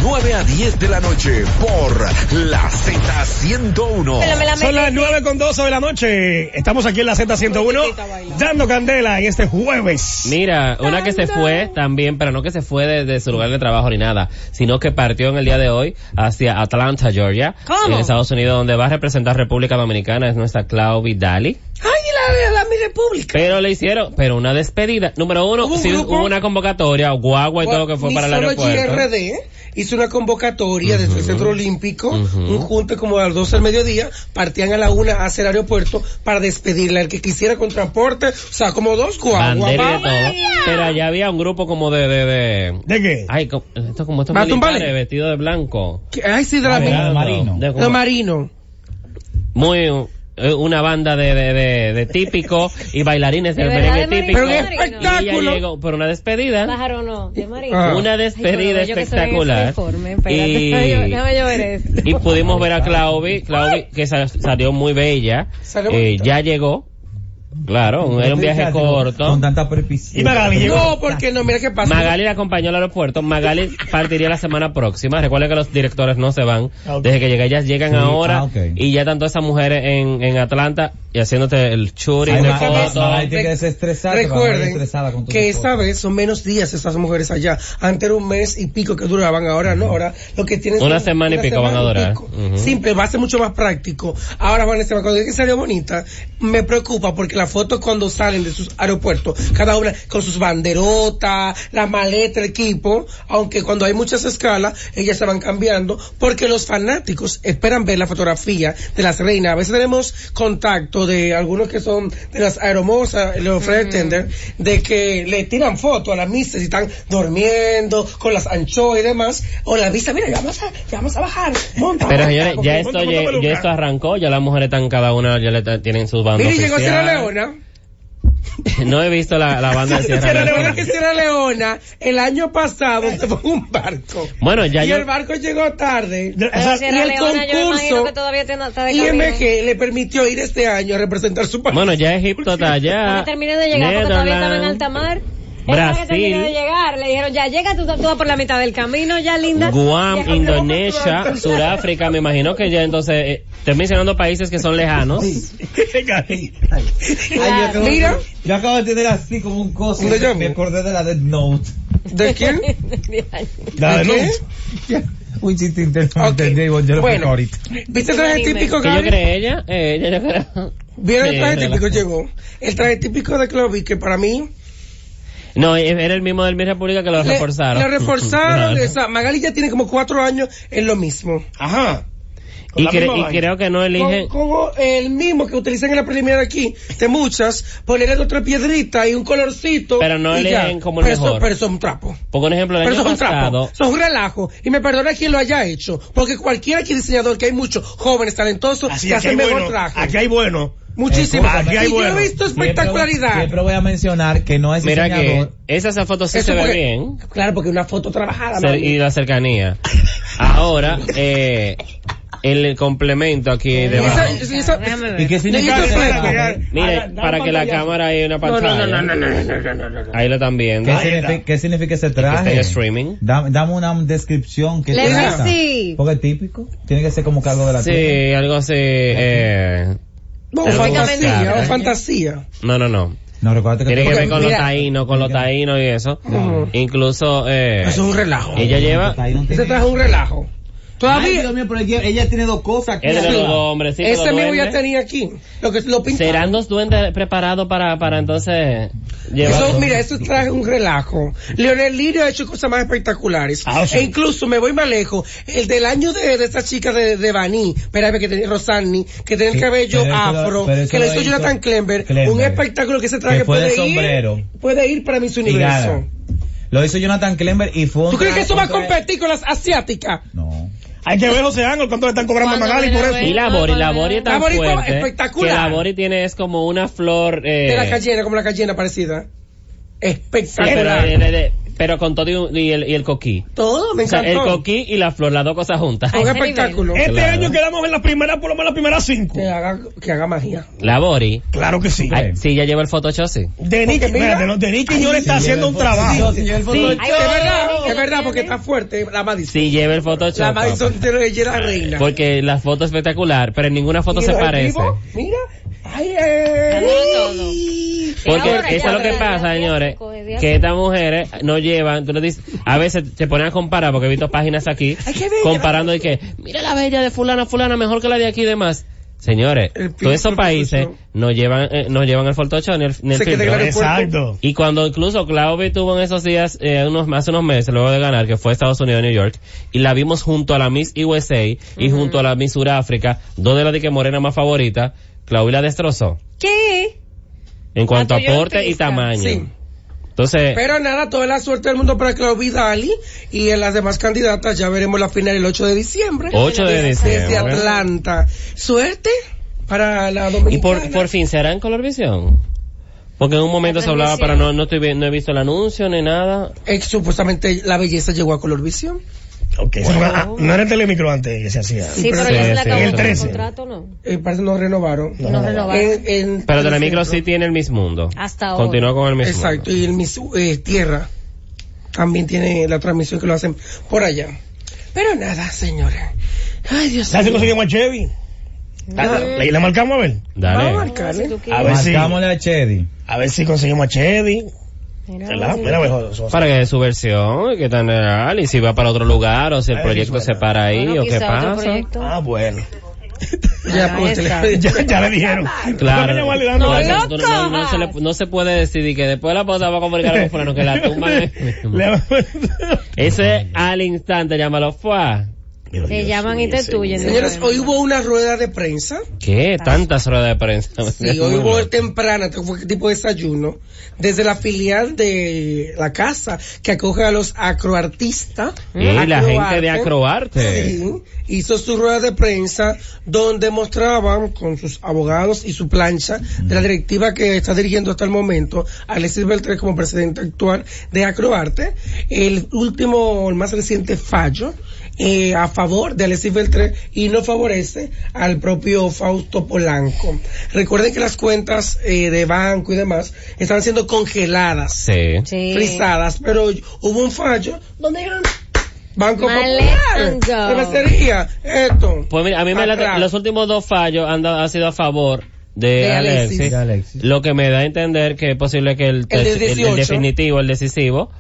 Speaker 6: 9 a 10 de la noche por la Z101.
Speaker 1: Pélamela,
Speaker 2: Son
Speaker 1: me-
Speaker 2: las 9 con 12 de la noche. Estamos aquí en la Z101 dando candela en este jueves.
Speaker 5: Mira, una que se fue también, pero no que se fue de, de su lugar de trabajo ni nada, sino que partió en el día de hoy hacia Atlanta, Georgia,
Speaker 1: ¿Cómo?
Speaker 5: en Estados Unidos, donde va a representar República Dominicana, es nuestra Clau Vidali.
Speaker 4: ay, la, la, la mi república.
Speaker 5: Pero le hicieron, pero una despedida. Número uno,
Speaker 4: Hubo un
Speaker 5: sí,
Speaker 4: grupo-
Speaker 5: hubo una convocatoria, guagua y todo lo que fue
Speaker 4: Ni
Speaker 5: para el
Speaker 4: solo
Speaker 5: aeropuerto.
Speaker 4: GRD ¿eh? hizo una convocatoria desde el Centro Olímpico,
Speaker 5: Ujú.
Speaker 4: un junte como a las 12 del mediodía, partían a la una hacia el aeropuerto para despedirla, el que quisiera con transporte, o sea, como dos guaguas.
Speaker 5: Bandera y de
Speaker 4: va-
Speaker 5: todo. Pero allá había un grupo como de, de, de,
Speaker 2: ¿De qué?
Speaker 5: ay, co- esto como estos
Speaker 4: ¿Va a tumbarle?
Speaker 5: militares vestidos de blanco.
Speaker 4: que- Ay, sí, de la
Speaker 3: Bandera.
Speaker 5: Verano,
Speaker 3: marino.
Speaker 5: de como-
Speaker 4: Lo marino.
Speaker 5: muy eh, una banda de, de, de, de típico y bailarines
Speaker 1: De
Speaker 5: del
Speaker 1: verdad,
Speaker 5: merengue
Speaker 1: de
Speaker 5: típico.
Speaker 4: Pero un
Speaker 1: Marino.
Speaker 5: Y ella
Speaker 4: espectáculo.
Speaker 5: llegó por una despedida.
Speaker 1: Pájaro no, de María.
Speaker 4: Ah.
Speaker 5: Una despedida
Speaker 1: Ay, con lo bello que se ve en ese
Speaker 5: espectacular.
Speaker 1: uniforme, espérate,
Speaker 5: Y-
Speaker 1: déjame yo- déjame yo ver esto.
Speaker 5: Y pudimos ver a Claubi, Claubi que sa- salió muy bella.
Speaker 4: Salió
Speaker 5: Eh,
Speaker 4: bonita.
Speaker 5: ya llegó. Claro, era un viaje corto.
Speaker 3: Con tanta perpicidad.
Speaker 2: Y Magali llegó.
Speaker 4: No, porque no, mira qué pasa.
Speaker 5: Magali la acompañó al aeropuerto. Magali partiría la semana próxima. Recuerda que los directores no se van.
Speaker 2: Ah, ok.
Speaker 5: Desde que llegué, ellas llegan
Speaker 3: Sí,
Speaker 5: ahora.
Speaker 3: ah, ok.
Speaker 5: Y ya tanto esas mujeres en, en Atlanta y haciéndote el churi
Speaker 3: Ay,
Speaker 5: de
Speaker 3: ma-
Speaker 5: fotos.
Speaker 3: ma- Magali tiene que desestresarse, Magali
Speaker 4: Recuerden
Speaker 3: estresada con tus
Speaker 4: que
Speaker 3: esposas.
Speaker 4: esta vez son menos días esas mujeres allá. Antes era un mes y pico que duraban, ahora no. Ahora lo que tienen
Speaker 5: Una semana y pico van a durar.
Speaker 4: pico.
Speaker 5: Ujú.
Speaker 4: Simple, va a ser mucho más práctico. Ahora Vanessa, cuando diga que salió bonita, me preocupa porque las fotos cuando salen de sus aeropuertos, cada una con sus banderotas, la maleta, el equipo, aunque cuando hay muchas escalas, ellas se van cambiando porque los fanáticos esperan ver la fotografía de las reinas. A veces tenemos contacto de algunos que son de las aeromosas, los pretender, de que le tiran fotos a las misas y están durmiendo con las anchoas y demás, o la misa, mira, ya vamos a, ya vamos a bajar, monta,
Speaker 5: Pero
Speaker 4: monta,
Speaker 5: señores,
Speaker 4: porque
Speaker 5: ya
Speaker 4: monta,
Speaker 5: esto,
Speaker 4: monta,
Speaker 5: ya,
Speaker 4: peluca.
Speaker 5: ya esto arrancó. Ya las mujeres están cada una, ya le ta- tienen sus bandas.
Speaker 4: Mira, llegó Sierra Leona.
Speaker 5: no he visto la, la banda de Sierra
Speaker 4: Sierra
Speaker 5: Leona.
Speaker 4: Leona que Sierra Leona el año pasado se fue en un barco.
Speaker 5: Bueno, ya
Speaker 4: y
Speaker 5: yo-
Speaker 4: el barco llegó tarde.
Speaker 2: De-
Speaker 1: Pero
Speaker 2: esa-
Speaker 1: Sierra
Speaker 4: y el
Speaker 1: Leona, yo me imagino
Speaker 4: concurso,
Speaker 1: que todavía tiene- está de camino.
Speaker 4: IMG le permitió ir este año a representar su país.
Speaker 5: Bueno, ya Egipto está allá.
Speaker 1: Cuando terminé de llegar, porque todavía estaba en
Speaker 5: Netherlands,
Speaker 1: alta mar. Era que
Speaker 5: Brasil.
Speaker 1: terminé de llegar. Le dijeron, ya llega, tú, tú vas por la mitad del camino, ya linda.
Speaker 5: Guam, Indonesia, Sudáfrica, me imagino que ya entonces, eh, estoy mencionando países que son lejanos.
Speaker 1: Claro.
Speaker 4: Mira,
Speaker 3: Yo acabo de tener así como un coso.
Speaker 4: ¿Dónde llamo?
Speaker 3: Me acordé de la Dead Note.
Speaker 4: ¿De quién?
Speaker 2: La
Speaker 4: ¿De
Speaker 2: denuncia.
Speaker 3: Un chiste
Speaker 4: Ok.
Speaker 3: interno entendí, yo lo explico
Speaker 4: Bueno,
Speaker 3: ahorita.
Speaker 4: ¿viste el traje
Speaker 1: Dime.
Speaker 4: típico,
Speaker 5: Que yo
Speaker 4: Gaby?
Speaker 5: creé ella, eh, ella yo creo.
Speaker 4: ¿Vieron el
Speaker 5: Sí,
Speaker 4: traje
Speaker 5: de la-
Speaker 4: típico? Llegó. El traje típico de Clovis, que para mí...
Speaker 5: No, eh, era el mismo del Miss República que lo
Speaker 4: le-
Speaker 5: reforzaron.
Speaker 4: Lo reforzaron.
Speaker 5: Claro.
Speaker 4: o sea, Magali ya tiene como cuatro años en lo mismo.
Speaker 2: Ajá. Con
Speaker 5: Y,
Speaker 2: la
Speaker 5: cre-
Speaker 2: misma
Speaker 5: y
Speaker 2: vaina.
Speaker 5: creo que no eligen.
Speaker 4: Con, con el mismo que utilizan en la preliminar aquí, de muchas, ponerle otra piedrita y un colorcito.
Speaker 5: Pero no
Speaker 4: y
Speaker 5: eligen
Speaker 4: ya.
Speaker 5: como el
Speaker 4: pero eso-
Speaker 5: mejor.
Speaker 4: pero eso es un trapo.
Speaker 5: Por un ejemplo, el
Speaker 4: Pero eso
Speaker 5: año
Speaker 4: es un trapo,
Speaker 5: pasado.
Speaker 4: eso es un relajo. Y me perdona quien lo haya hecho, porque cualquiera que diseñador, que hay muchos jóvenes talentosos,
Speaker 2: Así
Speaker 4: que
Speaker 2: aquí
Speaker 4: hacen
Speaker 2: hay
Speaker 4: mejor
Speaker 2: bueno.
Speaker 4: traje.
Speaker 2: Aquí hay bueno.
Speaker 4: Muchísimo.
Speaker 2: Escúchame. Aquí hay
Speaker 4: y yo
Speaker 2: bueno.
Speaker 4: he visto
Speaker 3: Siempre,
Speaker 4: espectacularidad.
Speaker 3: siempre voy a mencionar que no es
Speaker 5: Mira que
Speaker 3: diseñador.
Speaker 5: esa, esa foto sí
Speaker 4: Eso
Speaker 5: se ve
Speaker 4: porque-
Speaker 5: bien.
Speaker 4: Claro, porque una foto trabajada.
Speaker 5: Cer-
Speaker 4: mami.
Speaker 5: y la cercanía. Ahora, eh, el complemento aquí debajo.
Speaker 4: Esa- esa-
Speaker 3: Ah,
Speaker 4: esa-
Speaker 1: Déjame ver.
Speaker 3: ¿Y qué significa?
Speaker 4: Yo
Speaker 3: ese
Speaker 4: creo que-
Speaker 3: trabajo?
Speaker 5: Mire, para que la cámara haya una
Speaker 4: no,
Speaker 5: pantalla.
Speaker 4: no, no, no, no, no, no, no, no, no.
Speaker 5: Ahí lo están viendo.
Speaker 3: ¿Qué significa, ¿Qué significa ese
Speaker 5: Está en
Speaker 3: traje?
Speaker 5: streaming.
Speaker 3: Dame, dame una descripción que
Speaker 1: Le
Speaker 3: trata.
Speaker 1: sí.
Speaker 3: Porque es típico. Tiene que ser como cargo de la tierra.
Speaker 5: Sí, algo así. Eh,
Speaker 4: No,
Speaker 5: Algo
Speaker 4: fantasía,
Speaker 5: buscado, ¿eh?
Speaker 4: fantasía.
Speaker 5: no, no, no.
Speaker 3: No, recuerda que
Speaker 5: Tiene que
Speaker 3: tú-
Speaker 5: ver con los
Speaker 4: mira-
Speaker 5: taínos, con los taínos y eso. Incluso, eh,
Speaker 4: Eso es un relajo.
Speaker 5: ella lleva,
Speaker 3: Ahí no
Speaker 4: Ese
Speaker 3: tiene-
Speaker 4: traje es un relajo.
Speaker 3: Ay,
Speaker 4: Todavía,
Speaker 3: Dios mío, pero ella, ella tiene dos cosas. aquí
Speaker 5: es de los
Speaker 3: arriba.
Speaker 5: dos hombrecitos,
Speaker 4: ese
Speaker 5: los
Speaker 4: mismo ya
Speaker 5: duendes.
Speaker 4: tenía aquí. Lo que lo pintaron.
Speaker 5: ¿Serán los duendes preparados para, para entonces llevar?
Speaker 4: Eso, mira, eso traje un relajo. Leonel Lirio ha hecho cosas más espectaculares.
Speaker 2: Ah, sí.
Speaker 4: E incluso me voy más lejos. El del año de, de esta chica de, de Baní, espérame que tenía Rosanni, que tenía el
Speaker 3: Sí, pero
Speaker 4: cabello
Speaker 3: eso lo-
Speaker 4: afro,
Speaker 3: pero eso
Speaker 4: que le
Speaker 3: lo
Speaker 4: hizo
Speaker 3: hizo
Speaker 4: Jonathan Klember, un
Speaker 3: Klember.
Speaker 4: espectáculo que ese traje
Speaker 3: Que fue de
Speaker 4: puede ir,
Speaker 3: sombrero.
Speaker 4: puede ir para mis
Speaker 3: Y
Speaker 4: universo.
Speaker 3: gana. Lo hizo Jonathan Klember y fue un
Speaker 4: ¿Tú crees que
Speaker 3: traje-
Speaker 4: eso va a
Speaker 3: un traje-
Speaker 4: competir con las asiáticas?
Speaker 3: No.
Speaker 2: Hay que ver José Ángel cuánto le están cobrando a
Speaker 1: Cuando
Speaker 2: Magali
Speaker 1: me
Speaker 2: por
Speaker 1: la
Speaker 2: eso.
Speaker 5: Y la Bori, la Bori es tan
Speaker 4: La Bori está
Speaker 5: fuerte
Speaker 4: espectacular.
Speaker 5: que la Bori tiene es como una flor eh,
Speaker 4: De la cayena, como la cayena parecida.
Speaker 5: sí, pero,
Speaker 4: Espectacular.
Speaker 5: eh, de- de- pero con todo y, un- y el, y el coquí.
Speaker 4: Todo me
Speaker 5: O sea, el
Speaker 4: encantó.
Speaker 5: coquí y la flor, las dos cosas juntas.
Speaker 4: un
Speaker 1: Ay, qué
Speaker 4: espectáculo.
Speaker 3: Eh.
Speaker 2: Este
Speaker 5: Claro.
Speaker 2: año quedamos en la primera, por lo menos la primera cinco.
Speaker 4: Que haga, que haga magia.
Speaker 5: La Bori,
Speaker 2: Claro que sí.
Speaker 5: ay, sí, ya lleva el Photoshop, sí.
Speaker 2: De Nicky,
Speaker 4: Porque mira-
Speaker 2: espérate, no, de Nicky Jr. está haciendo un trabajo.
Speaker 4: Ay, es verdad, es verdad, porque está fuerte la Madison.
Speaker 5: Sí lleva el Photoshop.
Speaker 4: La Madison de la ella era reina.
Speaker 5: Porque la foto es espectacular, pero en ninguna foto
Speaker 4: Y
Speaker 5: Eh, se
Speaker 4: los
Speaker 5: parece.
Speaker 4: equipos, Mira, ay, eh, ay, ay.
Speaker 5: Porque
Speaker 1: Ahora ya,
Speaker 5: eso es lo que
Speaker 1: ya, ya,
Speaker 5: pasa,
Speaker 1: ya,
Speaker 5: señores,
Speaker 1: coge de
Speaker 5: que
Speaker 1: aquí.
Speaker 5: estas mujeres no llevan, tú le dices, a veces te ponen a comparar, porque he visto páginas aquí,
Speaker 4: Ay, qué bella.
Speaker 5: comparando y que, mira la bella de fulana, fulana, mejor que la de aquí y demás. Señores,
Speaker 4: El
Speaker 5: todos esos
Speaker 4: filtro,
Speaker 5: países
Speaker 4: profesor.
Speaker 5: no llevan, eh, no llevan el Photoshop ni el, ni el
Speaker 4: Se queda
Speaker 5: filtro.
Speaker 4: claro.
Speaker 2: Exacto.
Speaker 5: Y cuando incluso Claudio tuvo en esos días, eh, unos, hace unos meses, luego de ganar, que fue a Estados Unidos, New York, y la vimos junto a la Miss USA y junto a la Miss Suráfrica, dos de las de que Morena más favorita, Claudio la destrozó.
Speaker 1: ¿Qué? Ah,
Speaker 5: En cuanto a
Speaker 1: tuya
Speaker 5: porte y
Speaker 1: artista.
Speaker 5: tamaño.
Speaker 4: Sí.
Speaker 5: Entonces,
Speaker 4: Pero nada, toda la suerte del mundo para Claudio Dali y en las demás candidatas ya veremos la final el 8 de diciembre.
Speaker 5: 8 de
Speaker 4: Desde
Speaker 5: diciembre.
Speaker 4: Atlanta. Suerte para la
Speaker 5: y
Speaker 4: dominicana.
Speaker 5: por, por fin, ¿será en Colorvisión? Porque en un momento se hablaba, pero no, no, estoy, vi- no he visto el anuncio ni nada.
Speaker 4: Eh, supuestamente la belleza llegó a Colorvisión.
Speaker 2: Ok, eso no, ah, no era el telemicro antes que se hacía.
Speaker 1: Sí, pero
Speaker 5: Sí,
Speaker 1: ya se le
Speaker 5: sí.
Speaker 1: acabó
Speaker 2: El
Speaker 1: el
Speaker 2: 13.
Speaker 1: contrato, ¿no.
Speaker 4: Eh, parece no renovaron.
Speaker 1: No, renovaron.
Speaker 4: En- en-
Speaker 5: Pero
Speaker 4: en el
Speaker 5: Telemicro
Speaker 4: centro.
Speaker 5: sí tiene el mismo mundo.
Speaker 1: Hasta ahora.
Speaker 5: Continúa con el mismo
Speaker 4: Exacto, y el Miss eh, Tierra también tiene la transmisión que lo hacen por allá. Pero nada, señores. Ay, Dios
Speaker 2: ¿Sabes si
Speaker 4: mío.
Speaker 2: conseguimos a Chevy? Ah, ¿Le, le marcamos a ver?
Speaker 4: Vamos a
Speaker 5: Dale.
Speaker 4: marcarle.
Speaker 1: Si tú quieres.
Speaker 2: A ver si,
Speaker 3: Marcámosle a Chedi.
Speaker 2: a ver si conseguimos a Chevy. Mira, mira, mejor. eso.
Speaker 5: Para que dé su versión, que tan real, y si va para otro lugar, o si el proyecto se para ahí,
Speaker 1: Bueno,
Speaker 5: o qué
Speaker 1: quizá otro
Speaker 5: pasa.
Speaker 1: proyecto.
Speaker 2: Ah, bueno.
Speaker 4: Ya, pues,
Speaker 1: está.
Speaker 4: tele-
Speaker 2: Ya, ya le dijeron.
Speaker 5: Claro.
Speaker 2: No,
Speaker 5: No, no, no, no, no se le, no se puede decidir que después la pausa va a comunicar a los fulanos que la tumba. Eso es al instante, llámalo fuá.
Speaker 1: Te llaman y te tuyen.
Speaker 4: Señores, hoy hubo una rueda de prensa.
Speaker 5: ¿Qué? Tantas ruedas de prensa.
Speaker 4: Sí, hoy hubo temprana, esto fue tipo desayuno, desde la filial de la casa que acoge a los acroartistas.
Speaker 5: Y la
Speaker 4: Acroarte.
Speaker 5: gente de Acroarte.
Speaker 4: Sí, hizo su rueda de prensa donde mostraban con sus abogados y su plancha de la directiva que está dirigiendo hasta el momento Alexis Beltré como presidente actual de Acroarte, el último, el más reciente fallo eh, a favor de Alexis Beltré y no favorece al propio Fausto Polanco. Recuerden que las cuentas eh, de banco y demás están siendo congeladas,
Speaker 5: Sí.
Speaker 1: Sí.
Speaker 4: frisadas, pero hubo un fallo donde dijeron, Banco
Speaker 1: Malé and go.
Speaker 4: Popular, cervecería, esto.
Speaker 5: Pues mira, a mí me
Speaker 4: Atrás.
Speaker 5: late- los últimos dos fallos han, dado- han sido a favor de,
Speaker 4: De
Speaker 5: Alexis.
Speaker 4: Alexis.
Speaker 3: De Alexis.
Speaker 5: Lo que me da a entender que es posible que el,
Speaker 4: El del
Speaker 5: el- el
Speaker 4: 18.
Speaker 5: definitivo, el decisivo,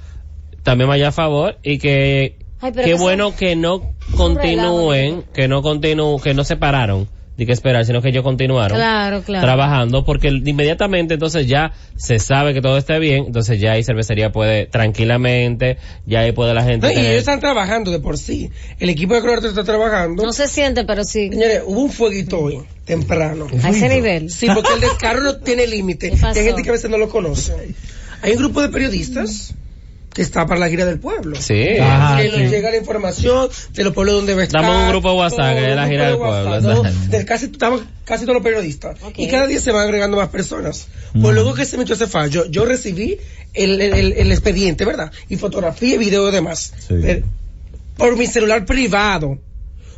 Speaker 5: también vaya a favor y que
Speaker 1: Ay, pero que
Speaker 5: qué
Speaker 1: son-
Speaker 5: bueno que no
Speaker 1: un relajo,
Speaker 5: continúen, que no continúen, que no se pararon de que esperar, sino que ellos continuaron
Speaker 1: Claro, claro.
Speaker 5: trabajando porque inmediatamente entonces ya se sabe que todo está bien, entonces ya ahí cervecería puede tranquilamente, ya ahí puede la gente
Speaker 4: No, y
Speaker 5: tener-
Speaker 4: ellos están trabajando de por sí. El equipo de Croato está trabajando.
Speaker 1: No se siente, pero sí.
Speaker 4: Señores, hubo un fueguito hoy, temprano.
Speaker 1: A ese nivel.
Speaker 4: Sí, porque el descaro no tiene límite.
Speaker 1: ¿Qué
Speaker 4: Y
Speaker 1: pasó?
Speaker 4: hay gente que a veces no lo conoce. Hay un grupo de periodistas que está para la gira del pueblo.
Speaker 5: Sí.
Speaker 3: Ajá.
Speaker 4: que nos llega la información de los pueblos donde va a estar.
Speaker 5: Damos un grupo de WhatsApp, que es la
Speaker 4: Un
Speaker 5: gira
Speaker 4: grupo de
Speaker 5: del
Speaker 4: WhatsApp,
Speaker 5: pueblo,
Speaker 4: ¿no?
Speaker 5: exacto.
Speaker 4: De casi, estamos casi todos los periodistas.
Speaker 1: Ok.
Speaker 4: Y cada día se van agregando más personas.
Speaker 5: Mm.
Speaker 4: Pues luego que se metió ese fallo, yo recibí el, el- el- el expediente, ¿verdad? Y fotografía, video y demás.
Speaker 3: Sí.
Speaker 4: Pero- por mi celular privado.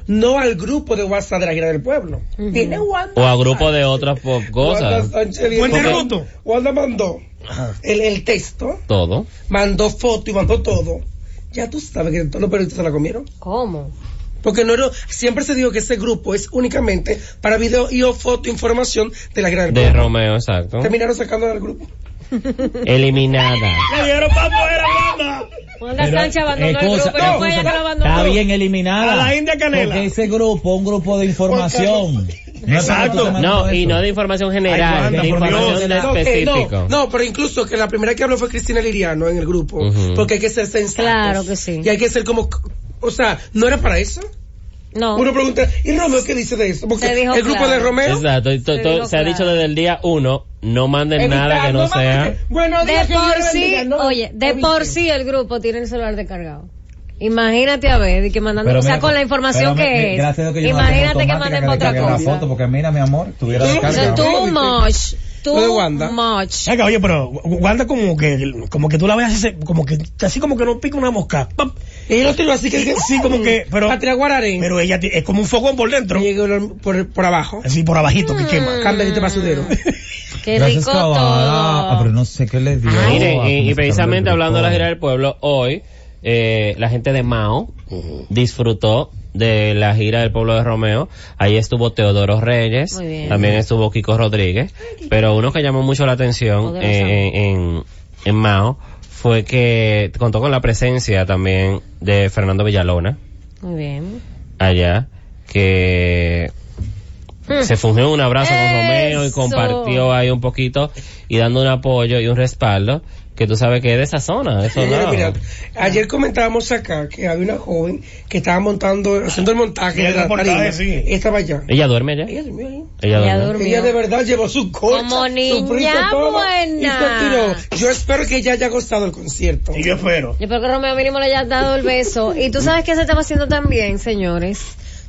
Speaker 4: No al grupo de WhatsApp de la gira del pueblo. Viene Wanda.
Speaker 5: o a grupo de otras po-
Speaker 4: Wanda
Speaker 5: cosas,
Speaker 4: Sánchez viene-
Speaker 2: Buen
Speaker 4: Porque-
Speaker 2: terremoto.
Speaker 4: Wanda mandó el, el texto,
Speaker 5: todo.
Speaker 4: mandó foto y mandó todo. Ya tú sabes que todos los periodistas se la comieron.
Speaker 1: ¿Cómo?
Speaker 4: Porque no, era- siempre se dijo que ese grupo es únicamente para video y o foto información de la gran
Speaker 5: De Romeo, exacto.
Speaker 4: Terminaron sacando del grupo.
Speaker 5: Eliminada.
Speaker 2: ¡Le dieron para afuera, Wanda!
Speaker 1: Wanda
Speaker 3: Pero,
Speaker 1: Sánchez abandonó
Speaker 3: eh,
Speaker 1: el
Speaker 3: cosa-
Speaker 1: grupo, no fue
Speaker 3: cosa-
Speaker 1: ella que lo
Speaker 3: Está
Speaker 1: abandonó.
Speaker 3: bien eliminada.
Speaker 2: A la India Canela.
Speaker 3: Porque ese grupo, un grupo de información. No es para que tú te
Speaker 2: Exacto.
Speaker 3: metas
Speaker 5: No,
Speaker 3: con
Speaker 5: y
Speaker 3: eso.
Speaker 5: no de información general,
Speaker 3: Ay, Wanda,
Speaker 5: de
Speaker 3: por
Speaker 5: información
Speaker 3: Dios.
Speaker 5: de
Speaker 4: No, eh, no,
Speaker 5: específico.
Speaker 4: no, pero incluso que la primera que habló fue Cristina Liriano en el grupo.
Speaker 5: Ujú.
Speaker 4: Porque hay que ser sensatos.
Speaker 1: Claro que sí.
Speaker 4: Y hay que ser como, o sea, ¿no era para eso?
Speaker 1: No.
Speaker 4: Uno pregunta, ¿y Romeo qué dice de eso? Porque
Speaker 1: Se dijo
Speaker 4: el grupo
Speaker 1: claro.
Speaker 4: de Romeo...
Speaker 5: Exacto, y to-
Speaker 1: Se
Speaker 5: to-
Speaker 1: dijo
Speaker 5: se ha
Speaker 1: claro.
Speaker 5: dicho desde el día uno, no manden
Speaker 4: evitando,
Speaker 5: nada que no
Speaker 4: vamos,
Speaker 5: sea.
Speaker 4: Bueno,
Speaker 1: De por sí, oye, de por sí el grupo tiene el celular descargado. Imagínate a ver, y que mandando,
Speaker 3: Pero
Speaker 1: o sea,
Speaker 3: mira,
Speaker 1: con la información
Speaker 3: pero mi-
Speaker 1: que
Speaker 3: mi-
Speaker 1: es.
Speaker 3: gracias a Dios que yo no la tengo
Speaker 1: imagínate que
Speaker 3: automática,
Speaker 1: manden
Speaker 3: le
Speaker 1: para otra
Speaker 3: cargué la
Speaker 1: cosa.
Speaker 3: foto, porque mira, mi amor, tuviera
Speaker 4: Sí,
Speaker 1: O
Speaker 4: porque
Speaker 1: sea,
Speaker 3: descargado.
Speaker 4: tú-
Speaker 1: too much,
Speaker 4: Lo de
Speaker 1: too
Speaker 4: Wanda.
Speaker 1: much.
Speaker 2: Saca, oye, pero Wanda como que, como que tú la veas así, como que, así como que no pica una mosca. ¡Pap!
Speaker 4: Ella lo tiró así que...
Speaker 2: Sí, como que, pero,
Speaker 4: Patria Guararén.
Speaker 2: pero ella ti- es como un fogón por dentro.
Speaker 4: Llegó el- por, por abajo.
Speaker 2: Así por abajito que quema.
Speaker 4: Camberito Basudero.
Speaker 1: Qué
Speaker 3: Gracias,
Speaker 1: rico
Speaker 3: Cavada. Ah, pero
Speaker 1: todo.
Speaker 3: no sé qué le dio.
Speaker 1: Ay.
Speaker 5: Miren,
Speaker 3: Ah,
Speaker 5: y, y
Speaker 3: cómo
Speaker 5: precisamente
Speaker 3: se
Speaker 5: hablando de la gira
Speaker 3: calentó.
Speaker 5: del pueblo, hoy eh, la gente de Mao disfrutó de la gira del pueblo de Romeo. Ahí estuvo Teodoro Reyes,
Speaker 1: Muy bien.
Speaker 5: también estuvo Kiko Rodríguez, pero uno que llamó mucho la atención
Speaker 1: Poderoso.
Speaker 5: eh, en, en Mao fue que contó con la presencia también de Fernando Villalona
Speaker 1: Muy bien.
Speaker 5: allá, que
Speaker 1: Mm.
Speaker 5: se fungió un abrazo con Romeo y
Speaker 1: Eso.
Speaker 5: compartió ahí un poquito y dando un apoyo y un respaldo que tú sabes que es de esa zona, eso
Speaker 4: Señores,
Speaker 5: no.
Speaker 4: mira, ayer comentábamos acá que había una joven que estaba montando, haciendo el montaje
Speaker 2: El
Speaker 4: de la
Speaker 2: reportaje,
Speaker 4: tarima.
Speaker 2: sí.
Speaker 4: Estaba allá.
Speaker 5: Ella duerme allá.
Speaker 4: Ella durmió ahí.
Speaker 5: Ella
Speaker 1: Ella
Speaker 5: duerme.
Speaker 1: Durmió.
Speaker 4: Ella de verdad llevó su coche,
Speaker 1: Como niña
Speaker 4: su frito, todo, y
Speaker 1: buena.
Speaker 4: continuó. Yo espero que ella haya gustado el concierto.
Speaker 2: Y yo espero.
Speaker 1: Yo espero que Romeo mínimo le haya dado el beso. Y tú sabes que se estaba haciendo también, señores.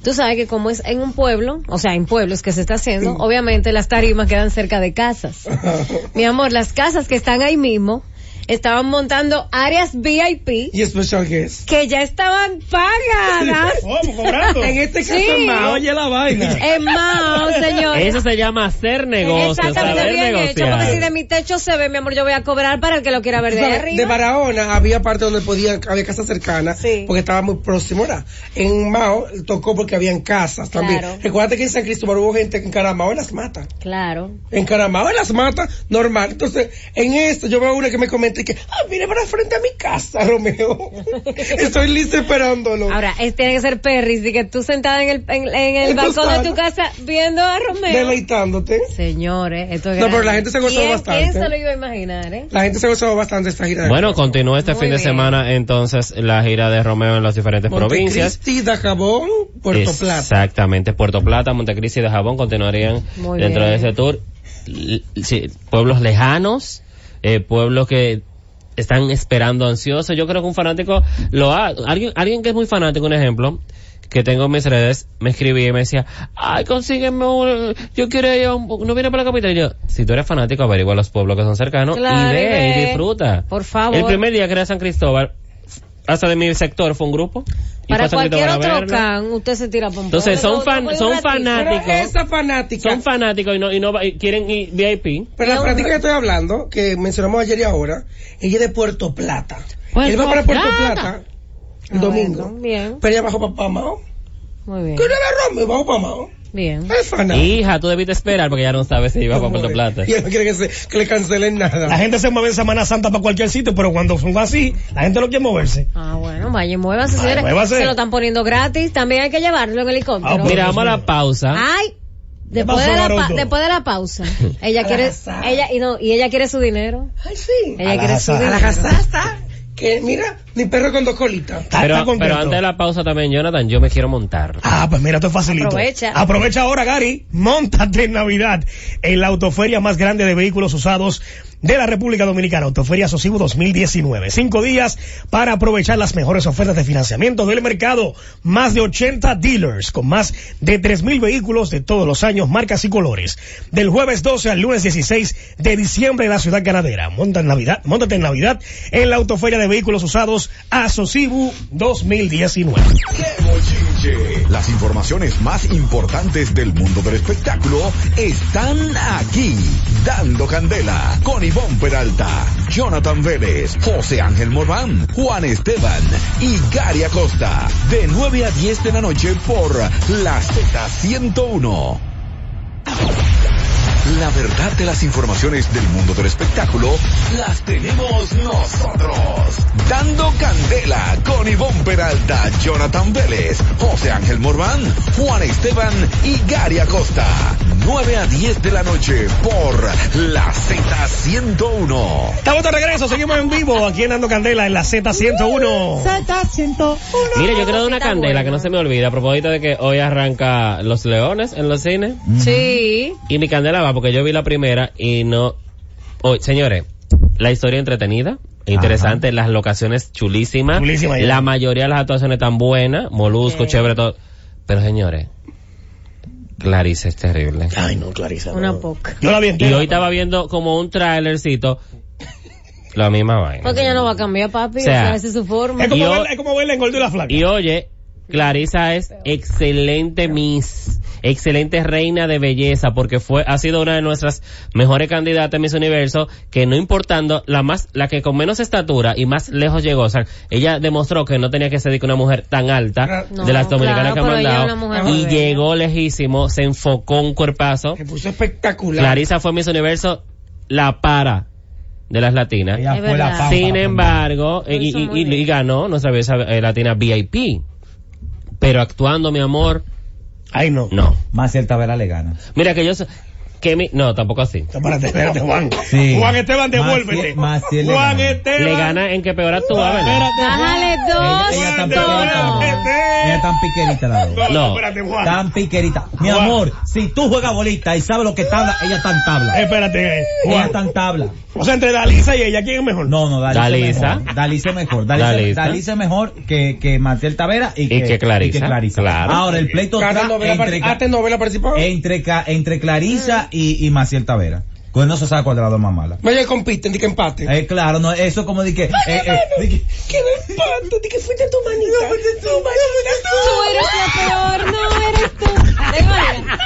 Speaker 1: Tú sabes que como es en un pueblo, o sea, en pueblos que se está haciendo, obviamente las tarimas quedan cerca de casas. Mi amor, las casas que están ahí mismo estaban montando áreas VIP
Speaker 4: y especial que es.
Speaker 1: que ya estaban pagadas.
Speaker 2: ¿Cómo? ¿Cobrando?
Speaker 4: En este caso,
Speaker 1: Sí.
Speaker 4: ma, oye la vaina.
Speaker 1: En Mao, señores.
Speaker 5: Eso se llama hacer negocios,
Speaker 1: Exactamente
Speaker 5: saber
Speaker 1: bien hecho, porque si de
Speaker 5: negociar.
Speaker 1: mi techo se ve, mi amor, yo voy a cobrar para el que lo quiera ver de ahí
Speaker 4: ¿Sabes? De
Speaker 1: arriba.
Speaker 4: Barahona había parte donde podía, había casas cercanas,
Speaker 1: Sí.
Speaker 4: porque estaba muy próximo ahora. En Mao tocó porque habían casas también.
Speaker 1: Claro.
Speaker 4: Recuerda que en San Cristóbal hubo gente que en Caramao en las mata.
Speaker 1: Claro.
Speaker 4: encaramado en las matas, normal. Entonces, en esto yo veo una que me comenta y que, ah, mire para frente a mi casa, Romeo. Estoy listo esperándolo.
Speaker 1: Ahora, es, tiene que ser Perry, así que tú sentada en el, en, en el
Speaker 4: En tu
Speaker 1: balcón de
Speaker 4: sala.
Speaker 1: tu casa viendo a Romeo.
Speaker 4: deleitándote.
Speaker 1: Señores, esto es
Speaker 4: No,
Speaker 1: grande.
Speaker 4: pero la gente se gozó
Speaker 1: ¿Quién-
Speaker 4: bastante.
Speaker 1: ¿Quién se lo iba a imaginar, eh?
Speaker 4: La gente se gozó bastante esta gira.
Speaker 5: Bueno, continúa este
Speaker 1: Muy
Speaker 5: fin de
Speaker 1: bien.
Speaker 5: semana entonces la gira de Romeo en las diferentes provincias.
Speaker 4: Montecristi, Dajabón, Puerto Plata.
Speaker 5: Exactamente, Puerto Plata, Montecristi y de Jabón continuarían
Speaker 1: Muy
Speaker 5: dentro de
Speaker 1: bien.
Speaker 5: ese tour. L- sí, pueblos lejanos, eh, pueblos que están esperando ansiosos. Yo creo que un fanático lo ha, alguien, alguien que es muy fanático, un ejemplo, que tengo en mis redes, me escribía y me decía, ay, consígueme un, yo quiero ir a un- no viene para la capital. Y yo, si tú eres fanático, averigua los pueblos que son cercanos
Speaker 1: Claro,
Speaker 5: y
Speaker 1: y
Speaker 5: ve y
Speaker 1: ve.
Speaker 5: disfruta.
Speaker 1: Por favor.
Speaker 5: El primer día que era San Cristóbal, hasta de mi sector fue un grupo. y fue
Speaker 1: Para
Speaker 5: a San
Speaker 1: cualquier
Speaker 5: Cristóbal a
Speaker 1: otro
Speaker 5: verlo.
Speaker 1: can, usted se tira pompón.
Speaker 5: Entonces, son fan- son
Speaker 4: Pero
Speaker 5: fanáticos.
Speaker 4: esa fanática.
Speaker 5: son fanáticos y no, y no va- y quieren ir VIP.
Speaker 4: pero la fanática que estoy hablando, que mencionamos ayer y ahora, ella es de Puerto Plata.
Speaker 5: Puerto
Speaker 4: Él va para Puerto
Speaker 5: Plata.
Speaker 1: Ah,
Speaker 4: Plata, el domingo.
Speaker 1: bien.
Speaker 4: Pero ella bajó para Pamao.
Speaker 1: Muy bien.
Speaker 4: Que una la rompe, vamos para Mao.
Speaker 1: Bien.
Speaker 4: Es fanático.
Speaker 5: Hija, tú debiste esperar porque ya no sabes si iba para Puerto Plata.
Speaker 4: Y él no quiere que, se- que le cancelen
Speaker 2: La
Speaker 4: nada.
Speaker 2: gente se mueve en Semana Santa para cualquier sitio, pero cuando son así, la gente no quiere moverse.
Speaker 1: Ah, bueno, vaya, muévase, señores.
Speaker 2: muévase.
Speaker 1: Se lo están poniendo gratis. También hay que llevarlo en
Speaker 2: Ah,
Speaker 1: helicóptero.
Speaker 2: pues.
Speaker 5: Mira, vamos a la pausa.
Speaker 1: Ay, después
Speaker 2: pasó,
Speaker 1: de, la pa-
Speaker 2: Maroto?
Speaker 1: después de la pausa, ella quiere,
Speaker 4: Alajazá.
Speaker 1: ella, y no, y ella quiere su dinero.
Speaker 4: Ay, sí.
Speaker 1: Ella quiere su
Speaker 2: Alajazá.
Speaker 4: A la
Speaker 1: dinero.
Speaker 4: casa está. Que mira, mi perro con dos colitas.
Speaker 2: Está-
Speaker 5: Pero,
Speaker 2: está contento.
Speaker 5: pero antes de la pausa también, Jonathan, yo me quiero montar.
Speaker 2: Ah, pues mira, esto es facilito.
Speaker 1: Aprovecha.
Speaker 2: Aprovecha ahora, Gary. Montate en Navidad en la autoferia más grande de vehículos usados de la República Dominicana, Autoferia Sosivo 2019. Cinco días para aprovechar las mejores ofertas de financiamiento del mercado. Más de 80 dealers con más de 3.000 vehículos de todos los años, marcas y colores. Del jueves 12 al lunes 16 de diciembre en la ciudad ganadera. Monta en Navidad, montate en Navidad en la autoferia de vehículos usados Asocibu 2019.
Speaker 6: Las informaciones más importantes del mundo del espectáculo están aquí. Dando Candela con Ivonne Peralta, Jonathan Vélez, José Ángel Morán, Juan Esteban y Gary Acosta. De 9 a 10 de la noche por La Z101. La verdad de las informaciones del mundo del espectáculo las tenemos nosotros. Dando candela con Ivonne Peralta, Jonathan Vélez, José Ángel Morván, Juan Esteban y Gary Acosta. 9 a 10 de la noche por la Z101.
Speaker 2: Estamos de regreso, seguimos en vivo aquí en Ando Candela en la Z101.
Speaker 1: Ah,
Speaker 5: Mire, yo quiero dar una
Speaker 1: Está
Speaker 5: candela
Speaker 1: bueno.
Speaker 5: que no se me olvida a propósito de que hoy arranca Los Leones en los cines.
Speaker 1: Sí.
Speaker 5: Y mi candela va porque yo vi la primera y no... Oh, señores, la historia entretenida, interesante, las locaciones chulísimas.
Speaker 2: Chulísima, ya.
Speaker 5: la mayoría de las actuaciones tan buenas, molusco, chévere, todo. Pero señores, Clarice es terrible.
Speaker 2: Ay, no, Clarisa.
Speaker 1: Una poca.
Speaker 2: Yo la vi
Speaker 5: Y
Speaker 2: entera.
Speaker 5: hoy estaba viendo como un trailercito, la misma vaina.
Speaker 1: Porque ella no va a cambiar, papi.
Speaker 5: O
Speaker 1: O
Speaker 5: sea,
Speaker 1: sea, esa es su forma.
Speaker 2: Es como,
Speaker 5: y hoy-
Speaker 2: verla, es como verla en Gordo y la Flaca.
Speaker 5: Y oye, Clarisa es excelente Miss, excelente reina de belleza, porque fue, ha sido una de nuestras mejores candidatas en Miss Universo, que no importando, la más, la que con menos estatura y más lejos llegó, o sea, ella demostró que no tenía que ser de que una mujer tan alta,
Speaker 1: Ah, No,
Speaker 5: de las dominicanas
Speaker 1: claro,
Speaker 5: que
Speaker 1: pero
Speaker 5: han
Speaker 1: ella es una
Speaker 5: mandado,
Speaker 1: mujer
Speaker 5: y
Speaker 1: muy bella.
Speaker 5: llegó lejísimo, se enfocó un cuerpazo.
Speaker 4: Se puso espectacular.
Speaker 5: Clarisa fue Miss Universo, la para de las latinas.
Speaker 3: Ella
Speaker 1: Es
Speaker 3: fue la
Speaker 1: verdad.
Speaker 3: pampa.
Speaker 5: Sin embargo, eh, y,
Speaker 1: Eso
Speaker 5: y-
Speaker 1: muy
Speaker 5: y-
Speaker 1: bien.
Speaker 5: y ganó nuestra belleza eh, latina VIP. Pero actuando, mi amor,
Speaker 2: Ay, no.
Speaker 5: no.
Speaker 3: Más cierta vera le gana.
Speaker 5: Mira que yo... so- Que mi, no, tampoco así.
Speaker 2: Espérate, espérate, Juan.
Speaker 3: Sí.
Speaker 2: Juan Esteban,
Speaker 3: Más
Speaker 2: devuélvete.
Speaker 3: si- más si él le
Speaker 2: Juan
Speaker 3: gana.
Speaker 2: Esteban.
Speaker 5: Le gana en que peor actúa, ¿verdad?
Speaker 1: Bájale
Speaker 3: Ella
Speaker 1: dos
Speaker 3: tan
Speaker 1: tonos.
Speaker 3: piquerita. Ella tan piquerita la dos.
Speaker 2: No,
Speaker 5: No.
Speaker 2: espérate, Juan.
Speaker 3: Tan piquerita. Mi
Speaker 2: Juan.
Speaker 3: amor, si tú juegas bolita y sabes lo que tabla, ella tan tabla.
Speaker 2: Espérate, eh,
Speaker 3: Ella
Speaker 2: Juan.
Speaker 3: tan tabla.
Speaker 2: O sea, entre Dalisa y ella, ¿quién es mejor?
Speaker 3: No, no,
Speaker 5: Dalisa.
Speaker 3: Dalisa. mejor. Dalisa es mejor. Dalisa,
Speaker 5: Dalisa.
Speaker 3: Dalisa es mejor que, que Marcel Tavera y que,
Speaker 5: que Clarisa.
Speaker 3: y que
Speaker 5: Claro.
Speaker 3: Ahora, el pleito
Speaker 4: Cada
Speaker 3: tra-
Speaker 4: novela,
Speaker 3: entre,
Speaker 4: participó. Antes novela participó.
Speaker 3: entre, ca- entre Clarisa y, y Maciel Tavera. Pues no se sabe cuál de las dos más mala.
Speaker 4: Vaya, compiten, di que empate.
Speaker 3: Eh, claro, no, eso es como de que... eh, eh, de que-
Speaker 4: Que no empate, di que fuiste tu manita. fuiste tu
Speaker 1: Tú
Speaker 4: manita.
Speaker 1: eres la peor, no eres tú. Ven, María.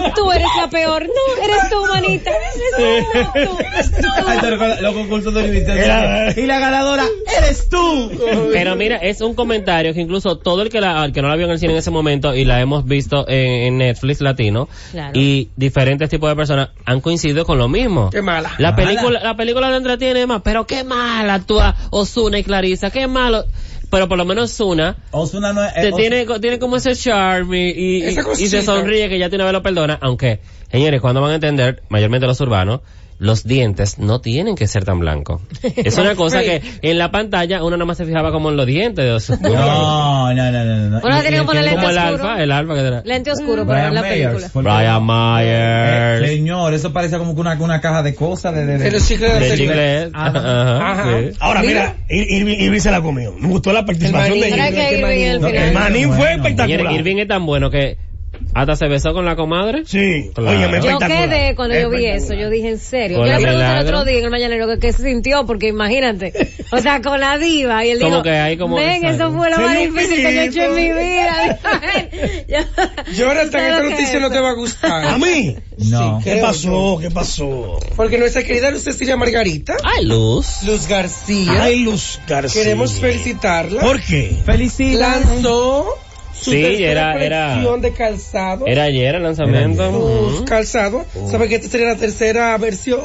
Speaker 1: No, tú eres la peor, no eres tú, manita. No, tú,
Speaker 3: Ay,
Speaker 1: tú.
Speaker 3: te recuerda los concursos de
Speaker 2: Era-
Speaker 3: universidad. Y la ganadora eres tú.
Speaker 5: Pero mira, es un comentario que incluso todo el que, la, al que no la vio en el cine en ese momento y la hemos visto en, en Netflix latino
Speaker 1: Claro.
Speaker 5: y diferentes tipos de personas han coincidido con lo mismo.
Speaker 4: Qué mala.
Speaker 5: La
Speaker 3: Mala.
Speaker 5: película, la película la entretiene más, pero qué mala actúa Osuna y Clarisa, qué malo. Pero por lo menos Osuna
Speaker 3: Ozuna no es... eh,
Speaker 5: te
Speaker 3: Oz-
Speaker 5: tiene, co- tiene como ese charme y, y,
Speaker 4: Esa
Speaker 5: y
Speaker 4: cosita.
Speaker 5: se sonríe que ya tiene vez lo perdona, aunque, señores, cuando van a entender, mayormente los urbanos, los dientes no tienen que ser tan blancos. Es una cosa que en la pantalla uno nada más se fijaba como en los dientes de los
Speaker 3: No, no, no, no. no.
Speaker 1: Bueno,
Speaker 3: Y-
Speaker 1: tiene que
Speaker 3: y-
Speaker 1: ponerle
Speaker 5: Como el
Speaker 1: Lente
Speaker 5: alfa,
Speaker 1: oscuro.
Speaker 5: el alfa que era.
Speaker 1: Lente oscuro para ver
Speaker 3: Brian
Speaker 1: la película.
Speaker 3: Myers. porque-
Speaker 5: Brian
Speaker 3: Eh,
Speaker 5: Myers.
Speaker 3: señor, eso parece como que una, una caja de cosas. De, de, de-
Speaker 4: De los chicles de
Speaker 5: de
Speaker 4: aceite.
Speaker 5: Chiclet. Ajá,
Speaker 4: Ajá.
Speaker 5: sí.
Speaker 2: Ahora, mira, Ir- Irving, Irving se la comió. Me gustó la participación
Speaker 4: El
Speaker 2: de
Speaker 4: maní.
Speaker 1: Era
Speaker 2: Irving.
Speaker 1: que Irving en el
Speaker 3: No,
Speaker 1: final.
Speaker 2: El maní
Speaker 3: Bueno,
Speaker 2: fue
Speaker 3: bueno.
Speaker 2: espectacular.
Speaker 5: Señores, Irving es tan bueno que hasta se besó con la comadre.
Speaker 2: Sí.
Speaker 5: Claro.
Speaker 2: Óyeme,
Speaker 1: Yo
Speaker 2: espectacular.
Speaker 1: quedé cuando yo vi eso,
Speaker 2: Espectacular.
Speaker 1: yo dije en serio. Yo
Speaker 5: Con
Speaker 1: le
Speaker 5: la
Speaker 1: pregunté el
Speaker 5: milagro.
Speaker 1: otro día en el mañanero que qué se sintió, porque imagínate, o sea, con la diva, y él
Speaker 5: Como
Speaker 1: dijo,
Speaker 5: que hay como-
Speaker 1: ven, eso
Speaker 5: exacto.
Speaker 1: fue lo
Speaker 2: Se
Speaker 1: más
Speaker 2: dio un
Speaker 1: difícil que yo he hecho en mi
Speaker 2: piquito".
Speaker 1: vida. Yo-
Speaker 4: Jonathan,
Speaker 1: ¿sabes
Speaker 4: esta
Speaker 1: lo que
Speaker 4: noticia
Speaker 1: es?
Speaker 4: no te va a gustar.
Speaker 2: ¿A mí?
Speaker 3: No.
Speaker 4: Sí,
Speaker 2: ¿Qué
Speaker 4: Creo
Speaker 2: pasó? ¿Qué pasó?
Speaker 4: Porque nuestra querida Luz Cecilia Margarita,
Speaker 5: Ay, luz.
Speaker 4: Luz García,
Speaker 2: Ay, Luz García.
Speaker 4: queremos felicitarla.
Speaker 2: ¿Por qué?
Speaker 3: Felicidades.
Speaker 4: Lanzó su
Speaker 5: Sí,
Speaker 4: tercera
Speaker 5: era- era-
Speaker 4: colección de calzado.
Speaker 5: Era ayer el lanzamiento. Mm.
Speaker 4: Sus
Speaker 5: Ujú. Oh.
Speaker 4: calzados. ¿Sabe que esta sería la tercera versión,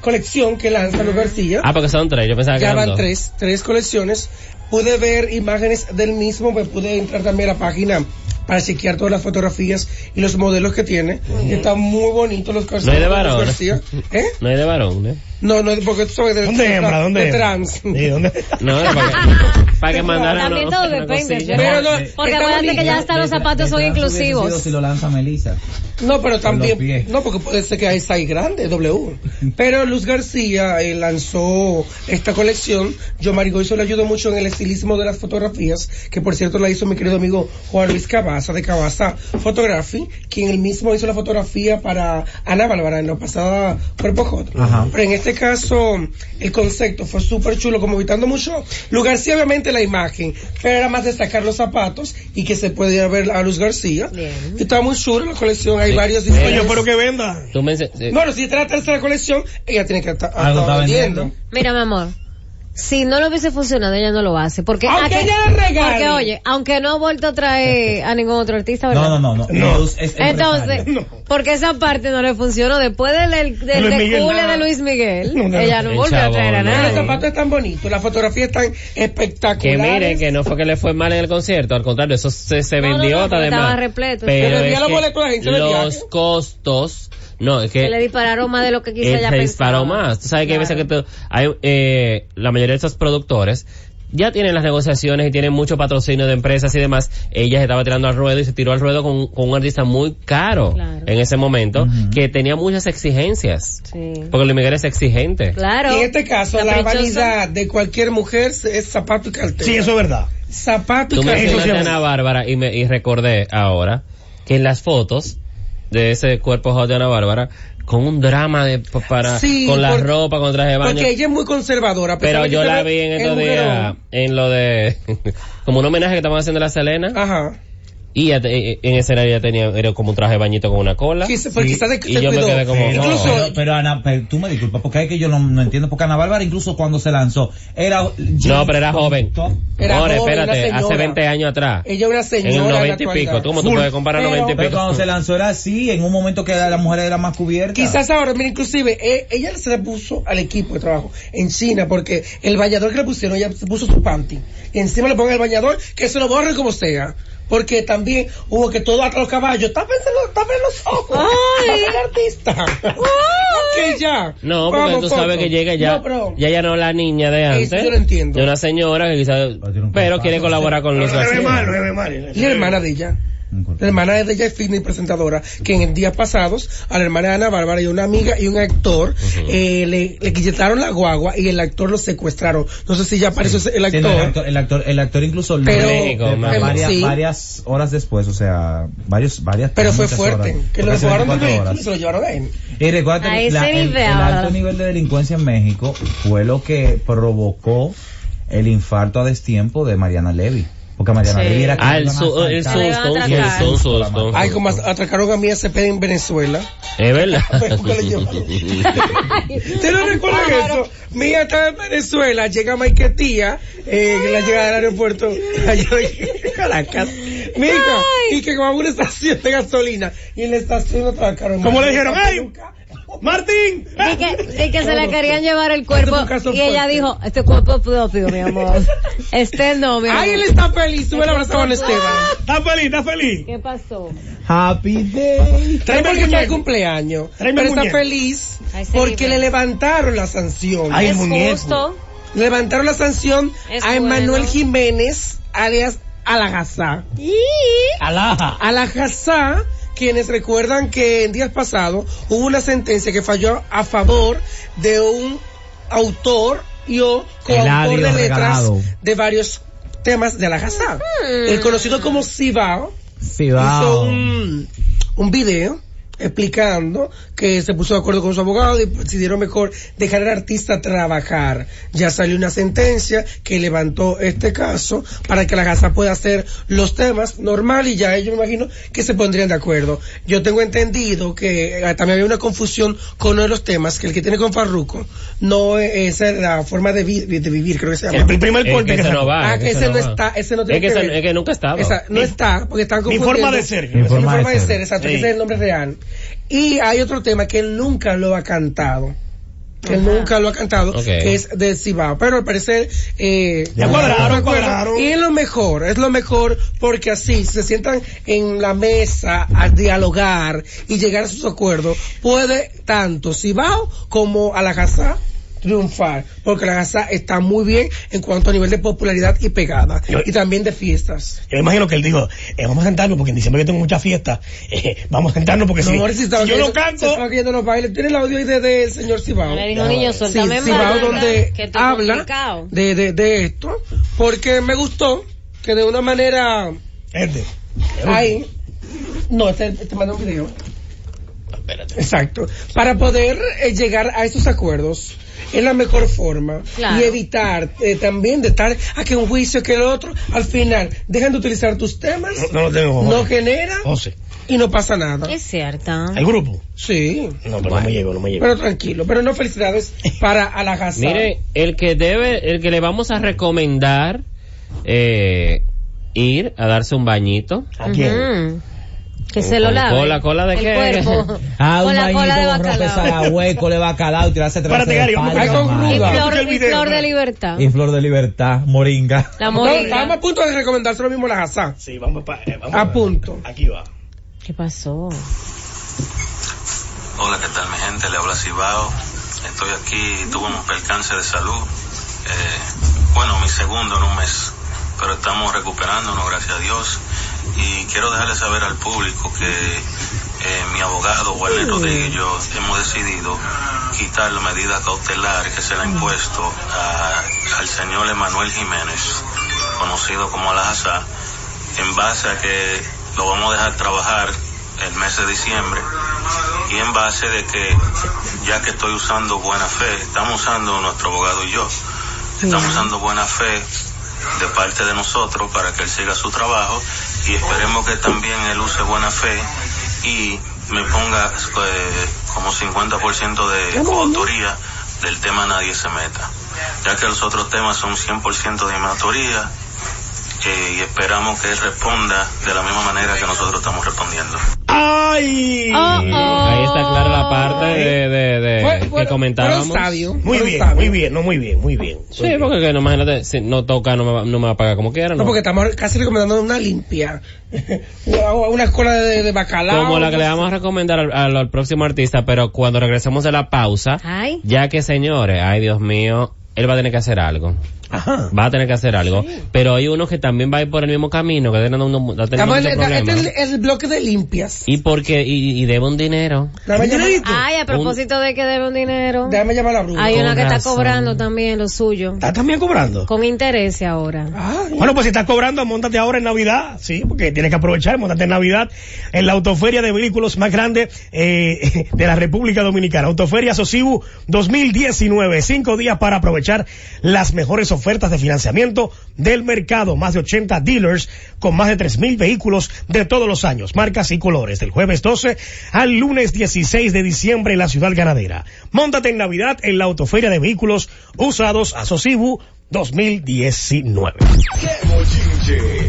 Speaker 4: colección que lanza Luis García?
Speaker 5: Ah, porque son tres. Yo pensaba que
Speaker 4: Ya
Speaker 5: eran
Speaker 4: van
Speaker 5: dos.
Speaker 4: tres, tres colecciones. Pude ver imágenes del mismo, me pude entrar también a la página para chequear todas las fotografías y los modelos que tiene. Están muy bonitos los calzados.
Speaker 5: No hay de
Speaker 4: Luis
Speaker 5: varón.
Speaker 4: García. ¿Eh?
Speaker 5: No hay de varón, ¿eh?
Speaker 4: No, no, porque tú sabes de,
Speaker 2: ¿Dónde hembra? ¿Dónde
Speaker 4: de
Speaker 2: hembra?
Speaker 4: trans.
Speaker 2: Sí, ¿dónde?
Speaker 5: No, era para que, para que mandaran
Speaker 1: También
Speaker 5: una-
Speaker 1: todo
Speaker 5: una
Speaker 1: depende.
Speaker 5: cosilla.
Speaker 4: Pero no,
Speaker 1: Porque
Speaker 4: está
Speaker 1: acuérdate
Speaker 4: bonito.
Speaker 1: que ya hasta los zapatos son inclusivos.
Speaker 3: Si lo lanza Melissa.
Speaker 4: No, pero
Speaker 3: los pies.
Speaker 4: también, no, porque puede ser que hay size grande, W. Pero Luz García eh, lanzó esta colección. Yo, Marigoyso, le ayudó mucho en el estilismo de las fotografías, que por cierto la hizo mi querido amigo Juan Luis Cabaza, de Cabaza Photography, quien él mismo hizo la fotografía para Ana Bárbara en la pasada Cuerpo Hot.
Speaker 3: Ajá.
Speaker 4: Pero en este caso, el concepto fue súper chulo, como evitando mucho. Luz García, obviamente, la imagen, pero era más destacar los zapatos y que se pudiera ver a Luz García.
Speaker 1: Bien.
Speaker 4: Y Está muy chula la colección, hay
Speaker 5: Sí.
Speaker 4: varios
Speaker 5: Coño,
Speaker 4: diseños.
Speaker 2: Coño, pero que venda.
Speaker 5: Tú me ense- eh,
Speaker 4: Bueno, si esta es la tercera colección, ella tiene que estar
Speaker 3: Algo está
Speaker 4: estar
Speaker 3: vendiendo.
Speaker 1: Mira, mi amor. Si no lo hubiese funcionado, ella no lo hace. Porque,
Speaker 4: Aunque
Speaker 1: aquí-
Speaker 4: ella la regale.
Speaker 1: Porque, oye, aunque no ha vuelto a traer a ningún otro artista, ¿verdad?
Speaker 3: No, no, no, no.
Speaker 2: No.
Speaker 3: Luz es
Speaker 1: Entonces,
Speaker 3: empresaria.
Speaker 1: porque esa parte no le funcionó. Después del, del, del
Speaker 2: Luis
Speaker 1: del
Speaker 2: Miguel.
Speaker 1: cule de Luis Miguel,
Speaker 2: No, no,
Speaker 1: ella no
Speaker 5: el
Speaker 1: volvió a traer a
Speaker 5: chabón, no.
Speaker 4: Pero los
Speaker 1: nadie.
Speaker 4: zapatos están bonitos, las fotografías están
Speaker 5: que
Speaker 4: espectaculares.
Speaker 5: mire, que no fue que le fue mal en el concierto, al contrario, eso se, se
Speaker 1: No,
Speaker 5: vendió
Speaker 1: no, no, porque
Speaker 5: además.
Speaker 1: estaba repleto.
Speaker 5: Pero
Speaker 4: Se vendía
Speaker 5: es
Speaker 4: la
Speaker 5: que
Speaker 4: boleto a la gente de
Speaker 5: los
Speaker 4: viaje.
Speaker 5: costos, no, es que
Speaker 1: Se le dispararon más de lo que quizá
Speaker 5: él
Speaker 1: ella
Speaker 5: se
Speaker 1: pensaba.
Speaker 5: disparó más. Tú sabes que hay veces que tú- hay, eh, la mayoría de estos productores ya tienen las negociaciones y tienen mucho patrocinio de empresas y demás. Ella se estaba tirando al ruedo y se tiró al ruedo con, con un artista muy caro
Speaker 1: Claro.
Speaker 5: en ese momento
Speaker 3: Ujú.
Speaker 5: que tenía muchas exigencias.
Speaker 1: Sí.
Speaker 5: Porque Luis Miguel es exigente.
Speaker 1: Claro.
Speaker 4: Y en este caso, la,
Speaker 1: Caprichosa.
Speaker 4: vanidad de cualquier mujer es zapato y cartera.
Speaker 2: Sí, eso es verdad.
Speaker 4: Zapato
Speaker 5: Tú
Speaker 4: y
Speaker 5: me
Speaker 4: cartera.
Speaker 5: mencionaste a Ana Bárbara y me y recordé ahora que en las fotos de ese cuerpo hot de Ana Bárbara con un drama de pa- para
Speaker 4: Sí,
Speaker 5: con la
Speaker 4: por-
Speaker 5: ropa con traje de baño
Speaker 4: Porque ella es muy conservadora. a pesar
Speaker 5: pero
Speaker 4: de que
Speaker 5: yo
Speaker 4: se
Speaker 5: la
Speaker 4: ve
Speaker 5: vi en
Speaker 4: el
Speaker 5: estos días
Speaker 4: mujerón.
Speaker 5: en lo de como un homenaje que estaban haciendo a la Selena
Speaker 4: Ajá.
Speaker 5: y ella te- en escenario ya tenía era como un traje de bañito con una cola
Speaker 4: Quizá- pues, quizás se-
Speaker 5: y
Speaker 4: se
Speaker 5: yo me
Speaker 4: cuidó.
Speaker 5: quedé como,
Speaker 4: Incluso
Speaker 5: no.
Speaker 3: Pero, pero Ana, pero tú me disculpas, porque es que yo no, no entiendo, porque Ana Bárbara incluso cuando se lanzó, era...
Speaker 5: no pero era joven
Speaker 3: Top.
Speaker 4: Era
Speaker 5: More,
Speaker 4: joven, una
Speaker 5: espérate hace
Speaker 4: señora.
Speaker 5: 20 años atrás
Speaker 4: ella es una
Speaker 5: en
Speaker 4: señora.
Speaker 5: el
Speaker 4: la
Speaker 5: 90 y
Speaker 4: actualidad.
Speaker 5: pico ¿cómo tú puedes comparar
Speaker 4: Pero-
Speaker 5: 90 y
Speaker 3: Pero
Speaker 5: pico?
Speaker 3: cuando se lanzó era así, en un momento que la mujer era más cubierta.
Speaker 4: Quizás ahora, mira, inclusive, eh, ella se le puso al equipo de trabajo en China, porque el bañador que le pusieron, ella se puso su panty. Y encima le pongan el bañador, que se lo borren como sea. Porque también hubo que todo hasta los caballos. Tápense los, tápense los ojos.
Speaker 1: Ay.
Speaker 4: Va a ser artista. Que ya.
Speaker 5: No, porque
Speaker 4: Vamos,
Speaker 5: tú sabes
Speaker 4: Coco.
Speaker 5: que llega ya,
Speaker 4: No, pero-
Speaker 5: ya ya no la niña de
Speaker 4: Eso
Speaker 5: antes.
Speaker 4: yo lo entiendo.
Speaker 5: De una señora que quizás,
Speaker 3: tiene un
Speaker 5: pero
Speaker 3: contacto,
Speaker 5: quiere colaborar con
Speaker 2: No
Speaker 5: los
Speaker 2: se ve mal,
Speaker 5: García.
Speaker 2: no se ve mal.
Speaker 4: Y la hermana de ella. La hermana de ella es fitness presentadora, que en días pasados a la hermana de Ana Bárbara y una amiga y un actor eh, le, le quitaron la guagua y el actor lo secuestraron. No sé si ya apareció el
Speaker 3: Sí, no, el,
Speaker 4: actor.
Speaker 3: actor, el actor, el actor incluso lo-
Speaker 4: Pero-
Speaker 3: de- de-
Speaker 5: México,
Speaker 3: varias,
Speaker 4: sí.
Speaker 3: varias horas después, o sea, varios, varias,
Speaker 4: Pero fue
Speaker 3: muchas
Speaker 4: fuerte.
Speaker 3: horas,
Speaker 4: que lo
Speaker 3: casi
Speaker 4: robaron del
Speaker 3: 24
Speaker 4: vehículo y
Speaker 3: horas.
Speaker 4: se lo llevaron a él.
Speaker 3: Y recuerda
Speaker 1: A
Speaker 3: que
Speaker 1: ese
Speaker 3: la- el,
Speaker 1: nivel.
Speaker 3: el alto nivel de delincuencia en México fue lo que provocó el infarto a destiempo de Mariana Levy. Porque Mariana
Speaker 1: Sí.
Speaker 3: Levy era
Speaker 5: Ah,
Speaker 3: que
Speaker 5: el,
Speaker 3: iban a
Speaker 5: su- el
Speaker 3: asaltar.
Speaker 1: Le van a
Speaker 5: susto, un
Speaker 1: atracar.
Speaker 5: susto, un susto. un
Speaker 4: Ay,
Speaker 5: susto.
Speaker 4: como as- atracaron a mí ese en Venezuela.
Speaker 5: Es verdad.
Speaker 4: Pero que lo llevaron. ¿Ustedes no recuerdan eso? Mía estaba en Venezuela, llega Maiquetía, eh, que la llegada del aeropuerto, a Caracas. Mija, y que va a una estación de gasolina, y en la estación lo atracaron.
Speaker 2: Como le dijeron,
Speaker 4: Una
Speaker 2: ¡ay!
Speaker 4: peluca.
Speaker 2: ¡Martín!
Speaker 1: Y que, y que se le querían llevar el cuerpo.
Speaker 4: Este es un caso
Speaker 1: Y ella
Speaker 4: fuerte.
Speaker 1: dijo, este cuerpo es propio, mi amor. Este no, mi amor.
Speaker 4: ¡Ay, él está feliz! Sube la abrazo a Juan Esteban.
Speaker 2: Está feliz, está feliz.
Speaker 1: ¿Qué pasó?
Speaker 3: Happy Day.
Speaker 2: Tráeme
Speaker 4: Trae porque
Speaker 2: el
Speaker 4: está de
Speaker 2: muñeco.
Speaker 4: cumpleaños.
Speaker 2: Tráeme
Speaker 4: Pero
Speaker 2: el
Speaker 4: está
Speaker 2: muñeco.
Speaker 4: feliz
Speaker 1: Ahí se
Speaker 4: porque
Speaker 1: vive.
Speaker 4: le levantaron la sanción.
Speaker 2: Ay, el
Speaker 1: es
Speaker 2: muñeco.
Speaker 1: justo.
Speaker 4: Levantaron la sanción
Speaker 1: Es
Speaker 4: a Emanuel
Speaker 1: bueno.
Speaker 4: Jiménez, alias Alagazá.
Speaker 2: Alaja.
Speaker 4: a la JASA, quienes recuerdan que en días pasados hubo una sentencia que falló a favor de un autor y o coautor
Speaker 3: Eladio
Speaker 4: de letras
Speaker 3: Regalado.
Speaker 4: de varios temas de la JASA. El conocido como Cibao
Speaker 3: Sí,
Speaker 4: hizo
Speaker 3: va.
Speaker 4: un, un video explicando que se puso de acuerdo con su abogado y decidieron mejor dejar al artista trabajar. Ya salió una sentencia que levantó este caso para que la casa pueda hacer los temas normal y ya ellos me imagino que se pondrían de acuerdo. Yo tengo entendido que eh, también había una confusión con uno de los temas, que el que tiene con Farruco, no eh, esa es la forma de, vi- de vivir, creo que se llama.
Speaker 2: El primer
Speaker 5: Es
Speaker 2: corte
Speaker 5: que
Speaker 2: que
Speaker 5: ese
Speaker 2: sacó.
Speaker 5: no va.
Speaker 4: Ah, que ese no
Speaker 5: va.
Speaker 4: está, ese no tiene
Speaker 5: es que,
Speaker 4: que
Speaker 5: ese-
Speaker 4: ver.
Speaker 5: es que nunca estaba.
Speaker 4: Esa- no está, porque están
Speaker 2: Mi
Speaker 4: confundiendo.
Speaker 2: forma de ser.
Speaker 3: Mi
Speaker 4: Mi forma,
Speaker 3: forma de
Speaker 4: de
Speaker 3: ser.
Speaker 4: ser, exacto,
Speaker 2: Sí.
Speaker 4: que ese es el nombre real. Y hay otro tema que él nunca lo ha cantado. Que él
Speaker 1: Ajá.
Speaker 4: nunca lo ha cantado,
Speaker 5: Ok.
Speaker 4: que es de Cibao. Pero al parecer, eh,
Speaker 2: Ya
Speaker 4: no
Speaker 2: cuadraron,
Speaker 4: me acuerdo.
Speaker 2: cuadraron.
Speaker 4: Y es lo mejor, es lo mejor porque así se sientan en la mesa a dialogar y llegar a sus acuerdos. Puede tanto Cibao como Alajazá triunfar, porque la casa está muy bien en cuanto a nivel de popularidad y pegada,
Speaker 2: Yo-
Speaker 4: y también de fiestas.
Speaker 2: Yo me imagino que él dijo, eh, vamos a sentarnos porque en diciembre yo tengo muchas fiestas. eh, vamos a sentarnos porque
Speaker 4: No,
Speaker 2: si,
Speaker 4: Morris
Speaker 2: si
Speaker 4: estaba
Speaker 2: yo no
Speaker 4: cayendo- se
Speaker 2: canto,
Speaker 4: estaba cayendo en los bailes. Tiene el audio ahí de, de el señor Cibao.
Speaker 1: Le dijo, niño,
Speaker 4: Sí,
Speaker 1: suéltame en
Speaker 4: Cibao
Speaker 1: banda,
Speaker 4: donde
Speaker 1: que estoy
Speaker 4: habla
Speaker 1: complicado".
Speaker 4: de, de, de esto, porque me gustó que de una manera
Speaker 2: gente,
Speaker 4: ahí, no, este, te, te mando un video. Exacto, para poder eh, llegar a esos acuerdos es la mejor forma
Speaker 1: Claro.
Speaker 4: y evitar eh, también de estar a que un juicio que el otro al final dejan de utilizar tus temas,
Speaker 2: no, no lo tengo.
Speaker 4: no
Speaker 2: José.
Speaker 4: genera
Speaker 2: José,
Speaker 4: y no pasa nada.
Speaker 1: Es cierta.
Speaker 2: ¿el grupo?
Speaker 4: Sí.
Speaker 2: No, pero no me llevo, no me llevo.
Speaker 4: Pero tranquilo, pero no felicidades para Alajazá.
Speaker 5: Mire, el que debe, el que le vamos a recomendar eh, ir a darse un bañito.
Speaker 2: ¿A quién?
Speaker 1: Ujú. Que se lo
Speaker 5: ¿Con
Speaker 1: lave.
Speaker 5: cola, cola de
Speaker 1: El
Speaker 5: qué?
Speaker 1: cuerpo.
Speaker 3: Ah,
Speaker 1: con
Speaker 3: un
Speaker 1: la cola de
Speaker 3: bañito con ropa
Speaker 1: bacalao.
Speaker 3: pesada, hueco, le bacalao y tirarse atrás
Speaker 2: Espérate,
Speaker 3: de
Speaker 2: Gary,
Speaker 3: espalda,
Speaker 2: vamos a-
Speaker 4: Ay, con
Speaker 3: madre.
Speaker 1: Y
Speaker 4: ruda.
Speaker 1: flor,
Speaker 2: Escucha el
Speaker 1: y
Speaker 2: video,
Speaker 1: flor de
Speaker 2: ¿verdad?
Speaker 1: libertad.
Speaker 3: Y flor de libertad, moringa.
Speaker 1: La
Speaker 4: No, estábamos
Speaker 1: morina.
Speaker 4: a punto de recomendarse lo mismo a Alajazá.
Speaker 2: Sí, vamos, pa- eh, vamos.
Speaker 4: A punto.
Speaker 2: Aquí va.
Speaker 1: ¿Qué pasó?
Speaker 7: Hola, ¿qué tal mi gente? Le habla Cibao. Estoy aquí, tuve un percance de salud. Eh, bueno, mi segundo en un mes, pero estamos recuperándonos, gracias a Dios. Y quiero dejarle saber al público que eh, mi abogado, Warner Rodríguez, y yo hemos decidido quitar la medida cautelar que se le ha impuesto a- al señor Emanuel Jiménez, conocido como Alajazá, en base a que lo vamos a dejar trabajar el mes de diciembre y en base de que ya que estoy usando buena fe, estamos usando nuestro abogado y yo, estamos usando buena fe de parte de nosotros para que él siga su trabajo y esperemos que también él use buena fe y me ponga eh, como 50% de coautoría del tema Nadie se meta, ya que los otros temas son 100% de mi autoría eh, y esperamos que él responda de la misma manera que nosotros estamos respondiendo.
Speaker 2: ¡Ay!
Speaker 1: Oh, oh.
Speaker 5: Ahí está clara la parte de, de, de
Speaker 4: Fue- fue-
Speaker 5: que comentábamos.
Speaker 4: fueron sabios,
Speaker 2: Eh, Muy
Speaker 4: fueron
Speaker 2: bien,
Speaker 4: sabios.
Speaker 2: muy bien, no, muy bien, muy bien.
Speaker 5: Sí, porque que no, imagínate, si no toca, no me, va- no me va a pagar como quiera, ¿no?
Speaker 4: Pues No, porque estamos casi recomendando una limpia. Una- una cola de, de bacalao.
Speaker 5: Como la que le vamos a recomendar al, al- al próximo artista, pero cuando regresemos de la pausa,
Speaker 1: Ay.
Speaker 5: ya que señores, ay Dios mío, él va a tener que hacer algo.
Speaker 2: Ajá.
Speaker 5: Va a tener que hacer algo. Pero hay uno que también va a ir por el mismo camino, que está teniendo uno- está teniendo
Speaker 4: Estamos en-
Speaker 5: muchos
Speaker 4: este
Speaker 5: problemas.
Speaker 4: es el, el bloque de limpias.
Speaker 5: Y porque, y, y debe un dinero.
Speaker 4: Déjame llamar,
Speaker 1: Ay, a propósito de que debe un dinero.
Speaker 4: déjame llamar a Bruno.
Speaker 1: Hay una que está
Speaker 5: razón.
Speaker 1: cobrando también lo suyo.
Speaker 2: ¿Estás también cobrando?
Speaker 1: Con interés ahora.
Speaker 4: Ay.
Speaker 2: Bueno, pues si estás cobrando, montate ahora en Navidad, sí, porque tienes que aprovechar, montate en Navidad en la autoferia de vehículos más grande eh, de la República Dominicana. Autoferia Sosibu 2019, cinco días para aprovechar las mejores ofertas de financiamiento del mercado. Más de 80 dealers con más de 3.000 vehículos de todos los años, marcas y colores, del jueves 12 al lunes 16 de diciembre en la ciudad ganadera. Móntate en Navidad en la autoferia de vehículos usados a Sosibu 2019.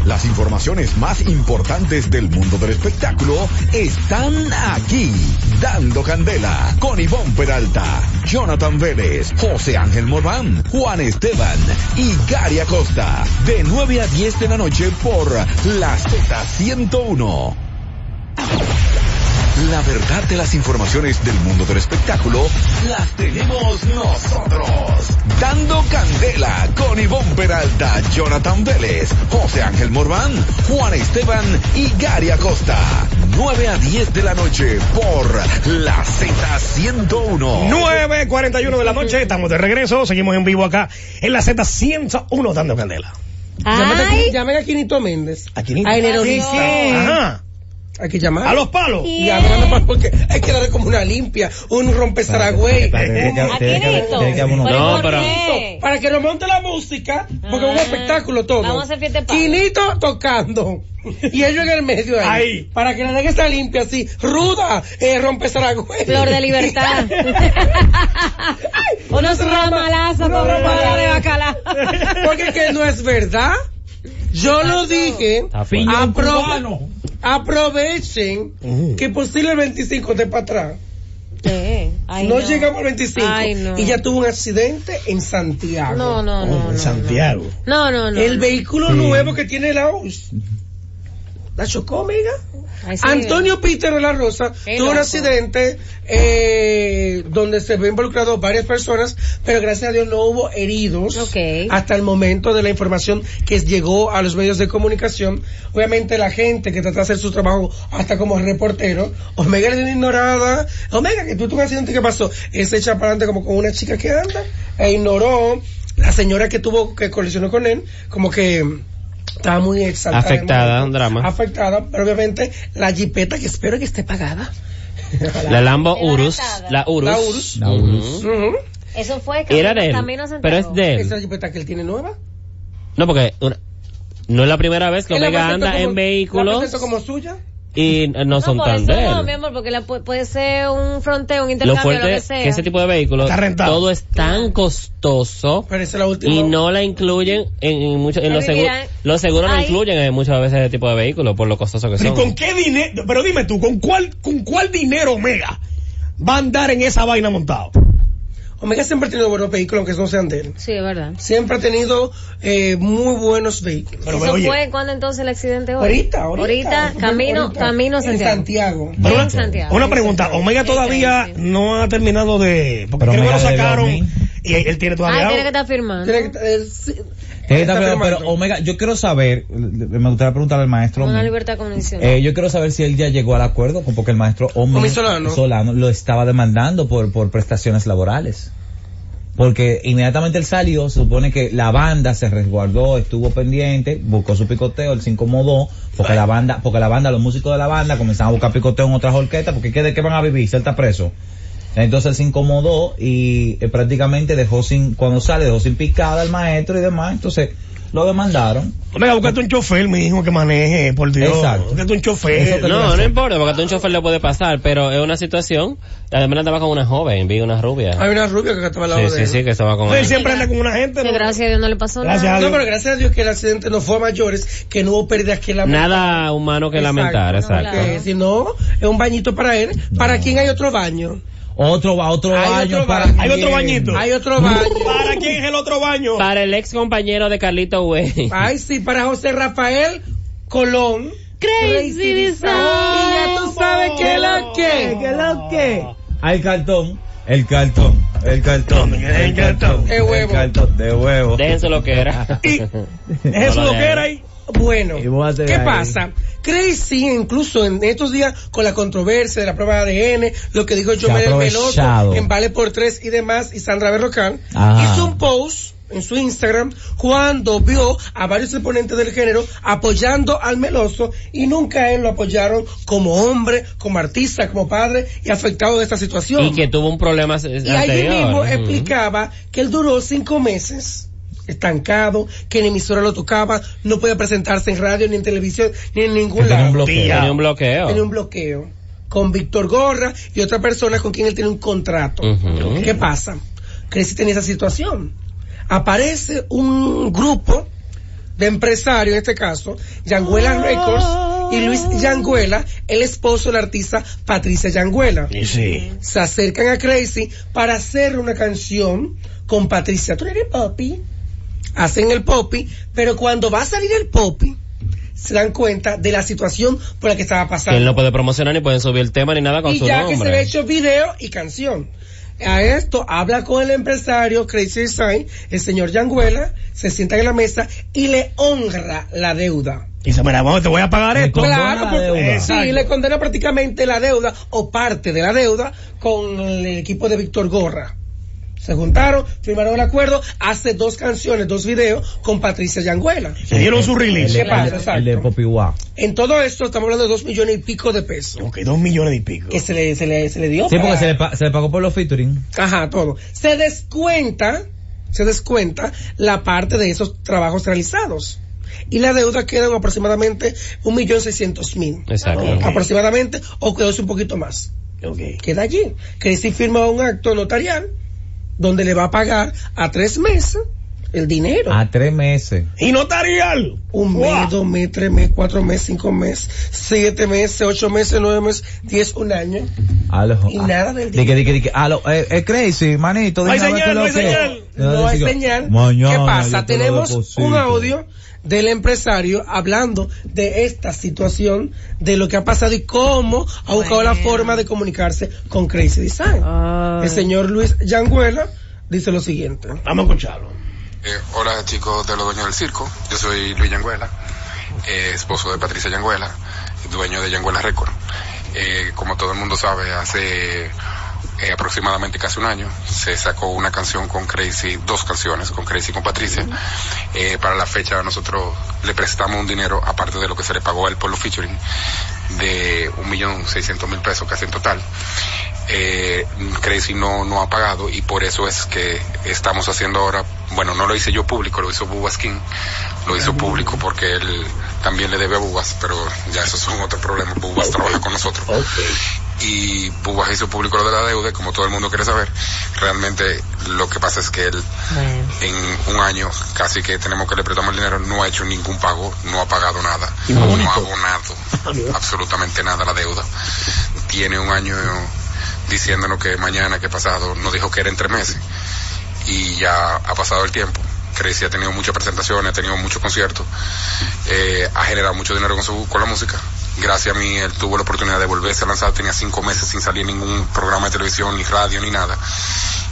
Speaker 6: Las informaciones más importantes del mundo del espectáculo están aquí. Dando Candela con Ivonne Peralta, Jonathan Vélez, José Ángel Morván, Juan Esteban y Gary Acosta. De 9 a 10 de la noche por la Z101. La verdad de las informaciones del mundo del espectáculo las tenemos nosotros. Dando candela con Ivonne Peralta, Jonathan Vélez, José Ángel Morván, Juan Esteban y Gary Acosta. 9 a 10 de la noche por la Z101.
Speaker 2: 9.41 de la noche, estamos de regreso, seguimos en vivo acá en la Z101 dando candela.
Speaker 4: Llamen a,
Speaker 1: Ay.
Speaker 4: llamen a Quinito Méndez.
Speaker 2: ¿A Quinito?
Speaker 4: A Enerolista.
Speaker 1: Adiós.
Speaker 2: Ajá.
Speaker 4: Hay que llamar.
Speaker 2: A los palos.
Speaker 4: Y ahora nada más porque hay que darle como una limpia, un rompe
Speaker 3: Tiene
Speaker 4: Saragüey.
Speaker 3: que- tiene que-
Speaker 1: Aquelito.
Speaker 3: tiene que haber uno.
Speaker 1: Pero
Speaker 5: No,
Speaker 1: ¿por
Speaker 5: pero-
Speaker 1: qué?
Speaker 4: Para que nos monte la música, porque es un
Speaker 1: Ah.
Speaker 4: espectáculo todo.
Speaker 1: Vamos a hacer fiesta de palo.
Speaker 4: Quinito tocando. Y ellos en el medio ahí.
Speaker 2: Ahí.
Speaker 4: Para que la den esa limpia así, ruda, eh, rompe Saragüey.
Speaker 1: Flor de libertad. Unos ramalazos
Speaker 4: Unos
Speaker 1: con
Speaker 4: ramalazos.
Speaker 1: ramalazos de bacalao.
Speaker 4: Porque que no es verdad. Yo lo dije.
Speaker 5: Está fuerte.
Speaker 4: Apro- aprovechen que posible el 25 de para atrás.
Speaker 1: ¿Qué? Ay,
Speaker 4: no, llegamos al 25.
Speaker 1: Ay, no.
Speaker 4: Y ya tuvo un accidente en Santiago.
Speaker 1: No,
Speaker 5: Oh,
Speaker 1: no, no.
Speaker 2: Oh, en
Speaker 1: no,
Speaker 2: Santiago.
Speaker 1: No, no, no.
Speaker 4: El
Speaker 1: no.
Speaker 4: vehículo nuevo que tiene la US. La chocó, mira.
Speaker 1: Ay, sí.
Speaker 4: Antonio Peter de la Rosa
Speaker 1: Qué
Speaker 4: tuvo un
Speaker 1: loco.
Speaker 4: accidente eh, donde se ve involucrado varias personas, pero gracias a Dios no hubo heridos
Speaker 1: Ok.
Speaker 4: hasta el momento de la información que llegó a los medios de comunicación. Obviamente la gente que trata de hacer su trabajo hasta como reportero, Omega es una ignorada, Omega que tú tuvo un accidente, ¿qué pasó? Es echa para adelante como con una chica que anda e ignoró la señora que tuvo que colisionó con él, como que estaba muy exaltada.
Speaker 5: Afectada, un drama.
Speaker 4: Afectada, pero obviamente la jipeta que espero que esté pagada.
Speaker 5: La Lambo
Speaker 1: Era
Speaker 5: Urus.
Speaker 1: atada.
Speaker 5: La Urus.
Speaker 4: La Urus.
Speaker 3: La Urus.
Speaker 5: Ujú.
Speaker 4: Ujú.
Speaker 1: Eso fue
Speaker 5: Era
Speaker 1: camino-
Speaker 5: de
Speaker 1: camino a
Speaker 5: él. Pero
Speaker 1: Santiago.
Speaker 5: es de
Speaker 4: Esa es
Speaker 5: él.
Speaker 4: la jipeta que él tiene nueva.
Speaker 5: No, porque una- no es la primera vez que
Speaker 4: Él la
Speaker 5: Omega
Speaker 4: presentó
Speaker 5: anda
Speaker 4: como-
Speaker 5: en
Speaker 4: la
Speaker 5: vehículos
Speaker 4: presentó como suya.
Speaker 5: y eh, no son
Speaker 1: por
Speaker 5: tan
Speaker 1: eso
Speaker 5: de
Speaker 1: No,
Speaker 5: él.
Speaker 1: mi amor, porque la pu- puede ser un fronteo, un
Speaker 5: Lo
Speaker 1: intercambio, lo,
Speaker 5: fuerte
Speaker 1: que
Speaker 5: es
Speaker 1: sea.
Speaker 5: que ese tipo de vehículos,
Speaker 2: Está rentado.
Speaker 5: todo es tan costoso
Speaker 4: Pero esa es la última.
Speaker 5: y no la incluyen en, en muchos, en los
Speaker 1: Pero
Speaker 5: seguros,
Speaker 1: mira,
Speaker 5: los seguros no
Speaker 1: ahí-
Speaker 5: incluyen eh, muchas veces ese tipo de vehículos por lo costoso que
Speaker 2: Pero
Speaker 5: son.
Speaker 2: ¿y con qué dinero? Pero dime tú, ¿con cuál, con cuál dinero Omega va a andar en esa vaina montado?
Speaker 4: Omega siempre ha tenido buenos vehículos, aunque no sean de él.
Speaker 1: Sí, es verdad.
Speaker 4: Siempre ha tenido eh, muy buenos vehículos.
Speaker 2: Pero,
Speaker 1: ¿Eso
Speaker 2: oye,
Speaker 1: fue cuando entonces el accidente? Hoy?
Speaker 4: Ahorita, ahorita.
Speaker 1: Ahorita, camino,
Speaker 4: Ahorita.
Speaker 1: camino a
Speaker 4: En
Speaker 1: Santiago.
Speaker 4: Santiago.
Speaker 2: pero
Speaker 1: en
Speaker 2: una,
Speaker 1: Santiago.
Speaker 2: una pregunta, Omega todavía
Speaker 1: sí.
Speaker 2: no ha terminado de... Porque
Speaker 3: Pero
Speaker 2: creo que
Speaker 3: Omega
Speaker 2: lo
Speaker 3: de
Speaker 2: sacaron
Speaker 3: Lomé.
Speaker 2: y él tiene
Speaker 1: Ay,
Speaker 2: todavía...
Speaker 1: Ah, tiene que estar firmando.
Speaker 4: Tiene que- eh, sí.
Speaker 3: Tiene que
Speaker 4: Está
Speaker 3: estar pegado, pero,
Speaker 4: firmando.
Speaker 3: Omega, yo quiero saber, me gustaría preguntarle al maestro.
Speaker 1: Una
Speaker 3: Omega.
Speaker 1: libertad condicional.
Speaker 3: Eh, yo quiero saber si él ya llegó al acuerdo, con- porque el maestro Omi
Speaker 4: Omi Solano.
Speaker 3: Solano lo estaba demandando por, por prestaciones laborales. Porque inmediatamente él salió, se supone que la banda se resguardó, estuvo pendiente, buscó su picoteo, él se incomodó, porque la banda, porque la banda, los músicos de la banda comenzaron a buscar picoteo en otras orquestas, porque ¿qué, ¿de qué van a vivir? Si él está preso. Entonces él se incomodó y eh, prácticamente dejó sin, cuando sale, dejó sin picada al maestro y demás, entonces lo demandaron.
Speaker 2: Omega, búscate un chofer, mi hijo, que maneje, por Dios.
Speaker 3: Exacto.
Speaker 2: Búscate un
Speaker 3: Eso
Speaker 2: chofer.
Speaker 3: te-
Speaker 5: No, no importa, porque a un chofer le puede pasar, pero es una situación. Además andaba con una joven, vi una
Speaker 4: Hay
Speaker 5: rubia.
Speaker 4: una rubia que estaba al lado
Speaker 5: Sí,
Speaker 4: de
Speaker 5: sí,
Speaker 4: él.
Speaker 5: sí, que estaba con
Speaker 2: Él
Speaker 5: él.
Speaker 2: siempre anda con una gente.
Speaker 1: Que
Speaker 2: ¿no?
Speaker 1: gracias a Dios no le pasó
Speaker 2: Gracias a
Speaker 1: nada.
Speaker 2: Dios.
Speaker 4: No, pero gracias a Dios que el accidente no fue a mayores, que no hubo pérdidas que la
Speaker 5: Nada humano que
Speaker 4: Exacto,
Speaker 5: lamentar,
Speaker 4: no,
Speaker 5: exacto.
Speaker 4: Que si no, es un bañito para él. ¿Para quién hay otro baño?
Speaker 3: Otro va, otro
Speaker 4: Hay
Speaker 3: baño
Speaker 4: otro
Speaker 3: para...
Speaker 4: baño.
Speaker 2: Hay otro bañito.
Speaker 4: Hay otro baño.
Speaker 2: ¿Para quién es el otro baño?
Speaker 5: Para el ex compañero de Carlito Way.
Speaker 4: Ay, sí, para José Rafael Colón.
Speaker 1: Crazy
Speaker 4: Y ya
Speaker 1: Design.
Speaker 4: tú sabes que la que.
Speaker 3: lo que? Al cartón. El cartón. El cartón. El cartón.
Speaker 4: De huevo.
Speaker 3: El cartón de huevo.
Speaker 5: Déjense lo que era.
Speaker 2: Y-
Speaker 5: No
Speaker 2: Eso
Speaker 5: lo
Speaker 2: lo
Speaker 5: de-
Speaker 2: que era ahí.
Speaker 4: Bueno,
Speaker 3: Y vos haces
Speaker 4: ¿qué
Speaker 3: ahí.
Speaker 4: pasa? Crazy, incluso en estos días, con la controversia de la prueba de ADN, lo que dijo
Speaker 3: Se ha
Speaker 4: Joel Veloso
Speaker 3: aprovechado.
Speaker 4: en Vale por Tres y demás, y Sandra Berrocal,
Speaker 3: Ajá.
Speaker 4: hizo un post en su Instagram cuando vio a varios exponentes del género apoyando al Meloso y nunca a él lo apoyaron como hombre, como artista, como padre y afectado de esta situación.
Speaker 5: Y que tuvo un problema eh,
Speaker 4: Y allí
Speaker 5: anterior.
Speaker 4: mismo
Speaker 5: Ujú.
Speaker 4: explicaba que él duró cinco meses estancado, que en emisora lo tocaba, no podía presentarse en radio, ni en televisión, ni en ningún
Speaker 3: Tenía un
Speaker 4: lado.
Speaker 3: bloqueo.
Speaker 5: Tenía un bloqueo.
Speaker 4: Tenía un bloqueo con Víctor Gorra y otra persona con quien él tiene un contrato.
Speaker 5: Ujú.
Speaker 4: ¿Qué pasa? Crecí tenía esa situación. Aparece un grupo de empresarios, en este caso, Yanguela Records y Luis Yanguela, el esposo de la artista Patricia Yanguela
Speaker 2: Y sí.
Speaker 4: se acercan a Crazy para hacer una canción con Patricia. Tú eres Poppy. Hacen el Poppy, pero cuando va a salir el Poppy, se dan cuenta de la situación por la que estaba
Speaker 5: Que él
Speaker 4: pasando.
Speaker 5: no puede promocionar ni pueden subir el tema ni nada con
Speaker 4: y
Speaker 5: su
Speaker 4: ya que se
Speaker 5: nombre.
Speaker 4: había hecho video y canción. A esto habla con el empresario Crazy Design, el señor Yanguela, se sientan en la mesa y le honra la deuda.
Speaker 2: Y se me la vamos, te voy a pagar
Speaker 3: Me
Speaker 2: esto.
Speaker 3: Condona
Speaker 4: Claro,
Speaker 3: la
Speaker 4: porque-
Speaker 3: deuda.
Speaker 4: sí,
Speaker 2: Exacto.
Speaker 4: le condena prácticamente la deuda o parte de la deuda con el equipo de Víctor Gorra. Se juntaron, firmaron el acuerdo, hace dos canciones, dos videos con Patricia Yanguela.
Speaker 2: Se dieron su
Speaker 3: El,
Speaker 2: release.
Speaker 3: de-
Speaker 4: ¿Qué pasa?
Speaker 3: el de-
Speaker 4: Exacto.
Speaker 3: el de Poppy Wow.
Speaker 4: En todo esto estamos hablando de dos millones y pico de pesos
Speaker 2: Ok, dos millones y pico.
Speaker 4: que se le, se le, se le dio.
Speaker 3: Sí, porque
Speaker 4: para-
Speaker 3: se le, pa- se le pagó por los featuring.
Speaker 4: Ajá, todo. Se descuenta, se descuenta la parte de esos trabajos realizados. Y la deuda queda en aproximadamente un millón seiscientos mil.
Speaker 5: Exacto.
Speaker 4: Ok. Aproximadamente, o quedóse un poquito más.
Speaker 2: Ok.
Speaker 4: Queda allí. Que si firma un acto notarial donde le va a pagar a tres meses el dinero.
Speaker 3: A tres meses.
Speaker 2: Y notarial.
Speaker 4: un mes,
Speaker 2: Wow.
Speaker 4: dos meses, tres meses, cuatro meses, cinco meses, siete meses, ocho meses, nueve meses, diez, un año.
Speaker 3: A los,
Speaker 4: Y nada del
Speaker 3: Di que, di que, di que, a lo- eh, eh, crazy, manito.
Speaker 2: No hay
Speaker 3: dime a ver
Speaker 2: señal,
Speaker 3: qué
Speaker 2: no
Speaker 3: es lo
Speaker 2: hay
Speaker 3: que-
Speaker 2: señal.
Speaker 4: No hay
Speaker 3: digo,
Speaker 4: señal.
Speaker 3: mañana
Speaker 4: ¿Qué
Speaker 3: yo
Speaker 4: pasa?
Speaker 3: te lo
Speaker 4: Tenemos
Speaker 3: deposito.
Speaker 4: un audio del empresario hablando de esta situación, de lo que ha pasado y cómo ha buscado la
Speaker 1: Bueno.
Speaker 4: forma de comunicarse con Crazy Design.
Speaker 1: Ay.
Speaker 4: El señor Luis Yanguela dice lo siguiente.
Speaker 2: Vamos a escucharlo.
Speaker 8: Eh, hola chicos de los dueños del circo, yo soy Luis Yanguela, eh, esposo de Patricia Yanguela, dueño de Yanguela Record. Eh, como todo el mundo sabe, hace eh, aproximadamente casi un año se sacó una canción con Crazy, dos canciones con Crazy y con Patricia. Eh, para la fecha nosotros le prestamos un dinero, aparte de lo que se le pagó a él por los featuring, de un millón seiscientos mil pesos casi en total eh, Crazy no, no ha pagado y por eso es que estamos haciendo ahora, bueno, no lo hice yo público, lo hizo Bubas King, lo hizo público porque él también le debe a Bubas, pero ya esos son otros problemas, Bubas trabaja con nosotros. Y Bubas hizo público lo de la deuda, como todo el mundo quiere saber, realmente lo que pasa es que él
Speaker 1: Bueno.
Speaker 8: en un año casi que tenemos que le prestamos el dinero, no ha hecho ningún pago, no ha pagado nada, no ha abonado absolutamente nada a la deuda. Tiene un año diciéndonos que mañana, que pasado, nos dijo que era en tres meses y ya ha pasado el tiempo. Crazy ha tenido muchas presentaciones, ha tenido muchos conciertos, eh, ha generado mucho dinero con, su, con la música. Gracias a mí, él tuvo la oportunidad de volverse a lanzar, tenía cinco meses sin salir en ningún programa de televisión, ni radio, ni nada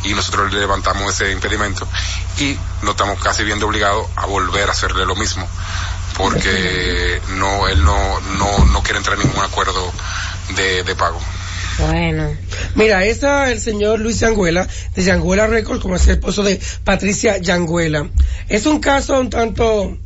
Speaker 8: y nosotros le levantamos ese impedimento y nos estamos casi viendo obligados a volver a hacerle lo mismo porque no él no no, no quiere entrar en ningún acuerdo de, de pago.
Speaker 1: Bueno.
Speaker 4: Mira, esta el señor Luis Yanguela, de Yanguela Records, como es el esposo de Patricia Yanguela. Es un caso un tanto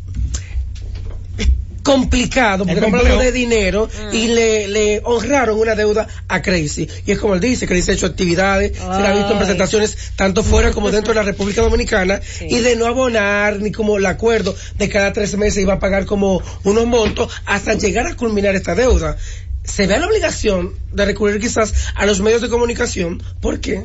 Speaker 4: complicado, porque
Speaker 2: Es
Speaker 4: estamos hablando
Speaker 2: complejo.
Speaker 4: de dinero y le, le honraron una deuda a Crazy. Y es como él dice, Crazy ha hecho actividades, se la ha visto en
Speaker 1: Ay.
Speaker 4: presentaciones tanto fuera como dentro de la República Dominicana y de no abonar ni como el acuerdo de cada tres meses iba a pagar como unos montos hasta llegar a culminar esta deuda. Se ve la obligación de recurrir quizás a los medios de comunicación. ¿Por qué?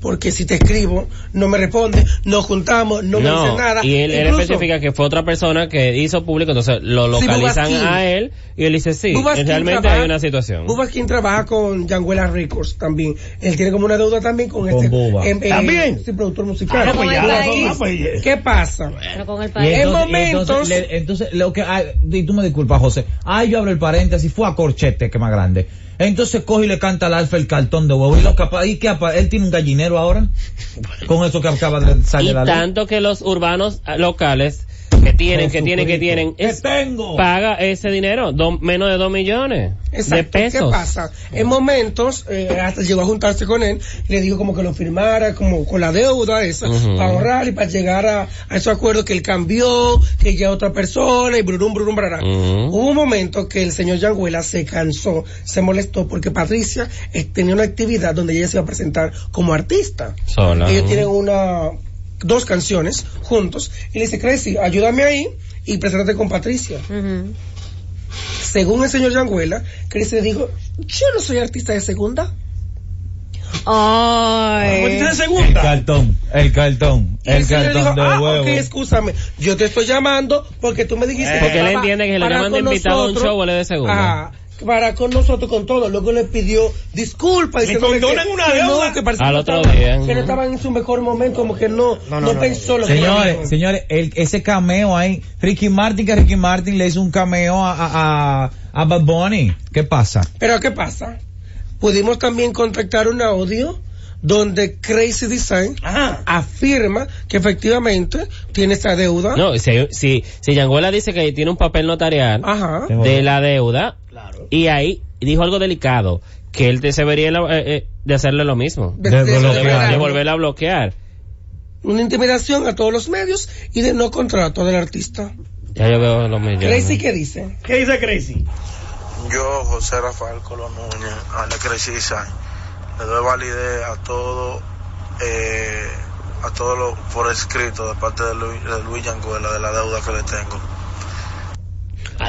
Speaker 4: Porque si te escribo, no me responde, nos juntamos, no, me
Speaker 5: No,
Speaker 4: dicen nada.
Speaker 5: y él, él
Speaker 4: Incluso-
Speaker 5: especifica que fue otra persona que hizo público, entonces lo
Speaker 4: Sí,
Speaker 5: localizan
Speaker 4: Bubasquín.
Speaker 5: a él y él dice sí,
Speaker 4: Bubasquín
Speaker 5: realmente
Speaker 4: trabaja-
Speaker 5: hay una situación.
Speaker 4: Bubasquín trabaja con Yanguela Records también. Él tiene como una deuda también con,
Speaker 3: Con
Speaker 4: este.
Speaker 3: Buba.
Speaker 4: em, eh,
Speaker 2: ¿También?
Speaker 4: Sí, productor musical.
Speaker 2: Claro,
Speaker 1: con
Speaker 2: pues
Speaker 1: el
Speaker 2: ya,
Speaker 1: país.
Speaker 2: ah, pues ya.
Speaker 4: ¿Qué pasa?
Speaker 1: Pero con el
Speaker 3: Y
Speaker 1: país.
Speaker 4: En
Speaker 3: entonces, y
Speaker 4: momentos-
Speaker 3: entonces, le- entonces, lo que, ah, di- tú me disculpas, José. Ay, yo abro el paréntesis, fue a corchete, que más grande. Entonces coge y le canta al alfa el cartón de huevo. Y los capaz, y que apa- él tiene un gallinero ahora. Con eso que acaba de salir
Speaker 5: y
Speaker 3: la luz.
Speaker 5: tanto que los urbanos ah, locales que tienen, que tienen, que tienen,
Speaker 3: ¿Qué
Speaker 5: es-
Speaker 3: tengo?
Speaker 5: paga ese dinero, do- menos de dos millones de
Speaker 4: Exacto,
Speaker 5: pesos.
Speaker 4: ¿Qué pasa? En momentos, eh, hasta llegó a juntarse con él, le dijo como que lo firmara, como con la deuda esa,
Speaker 5: Ujú.
Speaker 4: para ahorrar y para llegar a, a esos acuerdos que él cambió, que ya otra persona y brurum, brurum, brará.
Speaker 5: Ujú.
Speaker 4: Hubo un momento que el señor Yanguela se cansó, se molestó porque Patricia eh, tenía una actividad donde ella se iba a presentar como artista.
Speaker 5: Sola.
Speaker 4: Ellos tienen una, dos canciones juntos y le dice, Crazy, ayúdame ahí y preséntate con Patricia.
Speaker 1: Ujú.
Speaker 4: Según el señor Yanguela, Chris le dijo, yo no soy artista de segunda.
Speaker 5: Eh.
Speaker 2: Pues
Speaker 1: Ay.
Speaker 2: está de
Speaker 3: El
Speaker 2: segunda.
Speaker 3: cartón, el cartón,
Speaker 4: Y el
Speaker 3: el
Speaker 4: señor le dijo,
Speaker 3: cartón de
Speaker 4: ah, ok,
Speaker 3: huevo.
Speaker 4: escúchame, yo te estoy llamando porque tú me dijiste
Speaker 5: Porque él
Speaker 4: estaba
Speaker 5: entiende que le
Speaker 4: para
Speaker 5: llaman de
Speaker 4: con
Speaker 5: invitado a un
Speaker 4: nosotros".
Speaker 5: show, él es de segunda.
Speaker 4: Ah, para con nosotros, con todo. Luego le pidió disculpas.
Speaker 2: Le
Speaker 4: diciéndole
Speaker 2: condonan
Speaker 4: que-
Speaker 2: una
Speaker 4: que
Speaker 2: deuda.
Speaker 4: no, que parecía
Speaker 5: Al
Speaker 4: que
Speaker 5: otro
Speaker 4: estaba-
Speaker 5: día.
Speaker 4: Que no estaba en su mejor momento, como que no, no, pensó lo que
Speaker 3: Señores,
Speaker 4: dijo.
Speaker 3: señores, el- ese cameo ahí, Ricky Martin, que Ricky Martin le hizo un cameo a, a, a, a Bad Bunny. ¿Qué pasa?
Speaker 4: Pero ¿qué pasa? Pudimos también contactar un audio donde Crazy Design
Speaker 2: Ajá.
Speaker 4: afirma que efectivamente tiene esta deuda.
Speaker 5: No, si, si, si Yanguela dice que tiene un papel notarial
Speaker 4: Ajá.
Speaker 5: de la deuda y ahí dijo algo delicado, que él te- se vería la- eh, eh, de hacerle lo mismo,
Speaker 4: De-
Speaker 3: De
Speaker 4: de-
Speaker 3: bloquear.
Speaker 4: de-
Speaker 5: de volverla a bloquear.
Speaker 4: una intimidación a todos los medios y de no contrato del artista.
Speaker 5: Ya yo veo lo mismo.
Speaker 4: Crazy, ¿qué dice?
Speaker 2: ¿Qué dice Crazy?
Speaker 7: Yo, José Rafael Colón Núñez, a la Crecisa, le doy validez a todo, eh, a todo lo por escrito de parte de Luis, de Luis Yanguela, de la deuda que le tengo.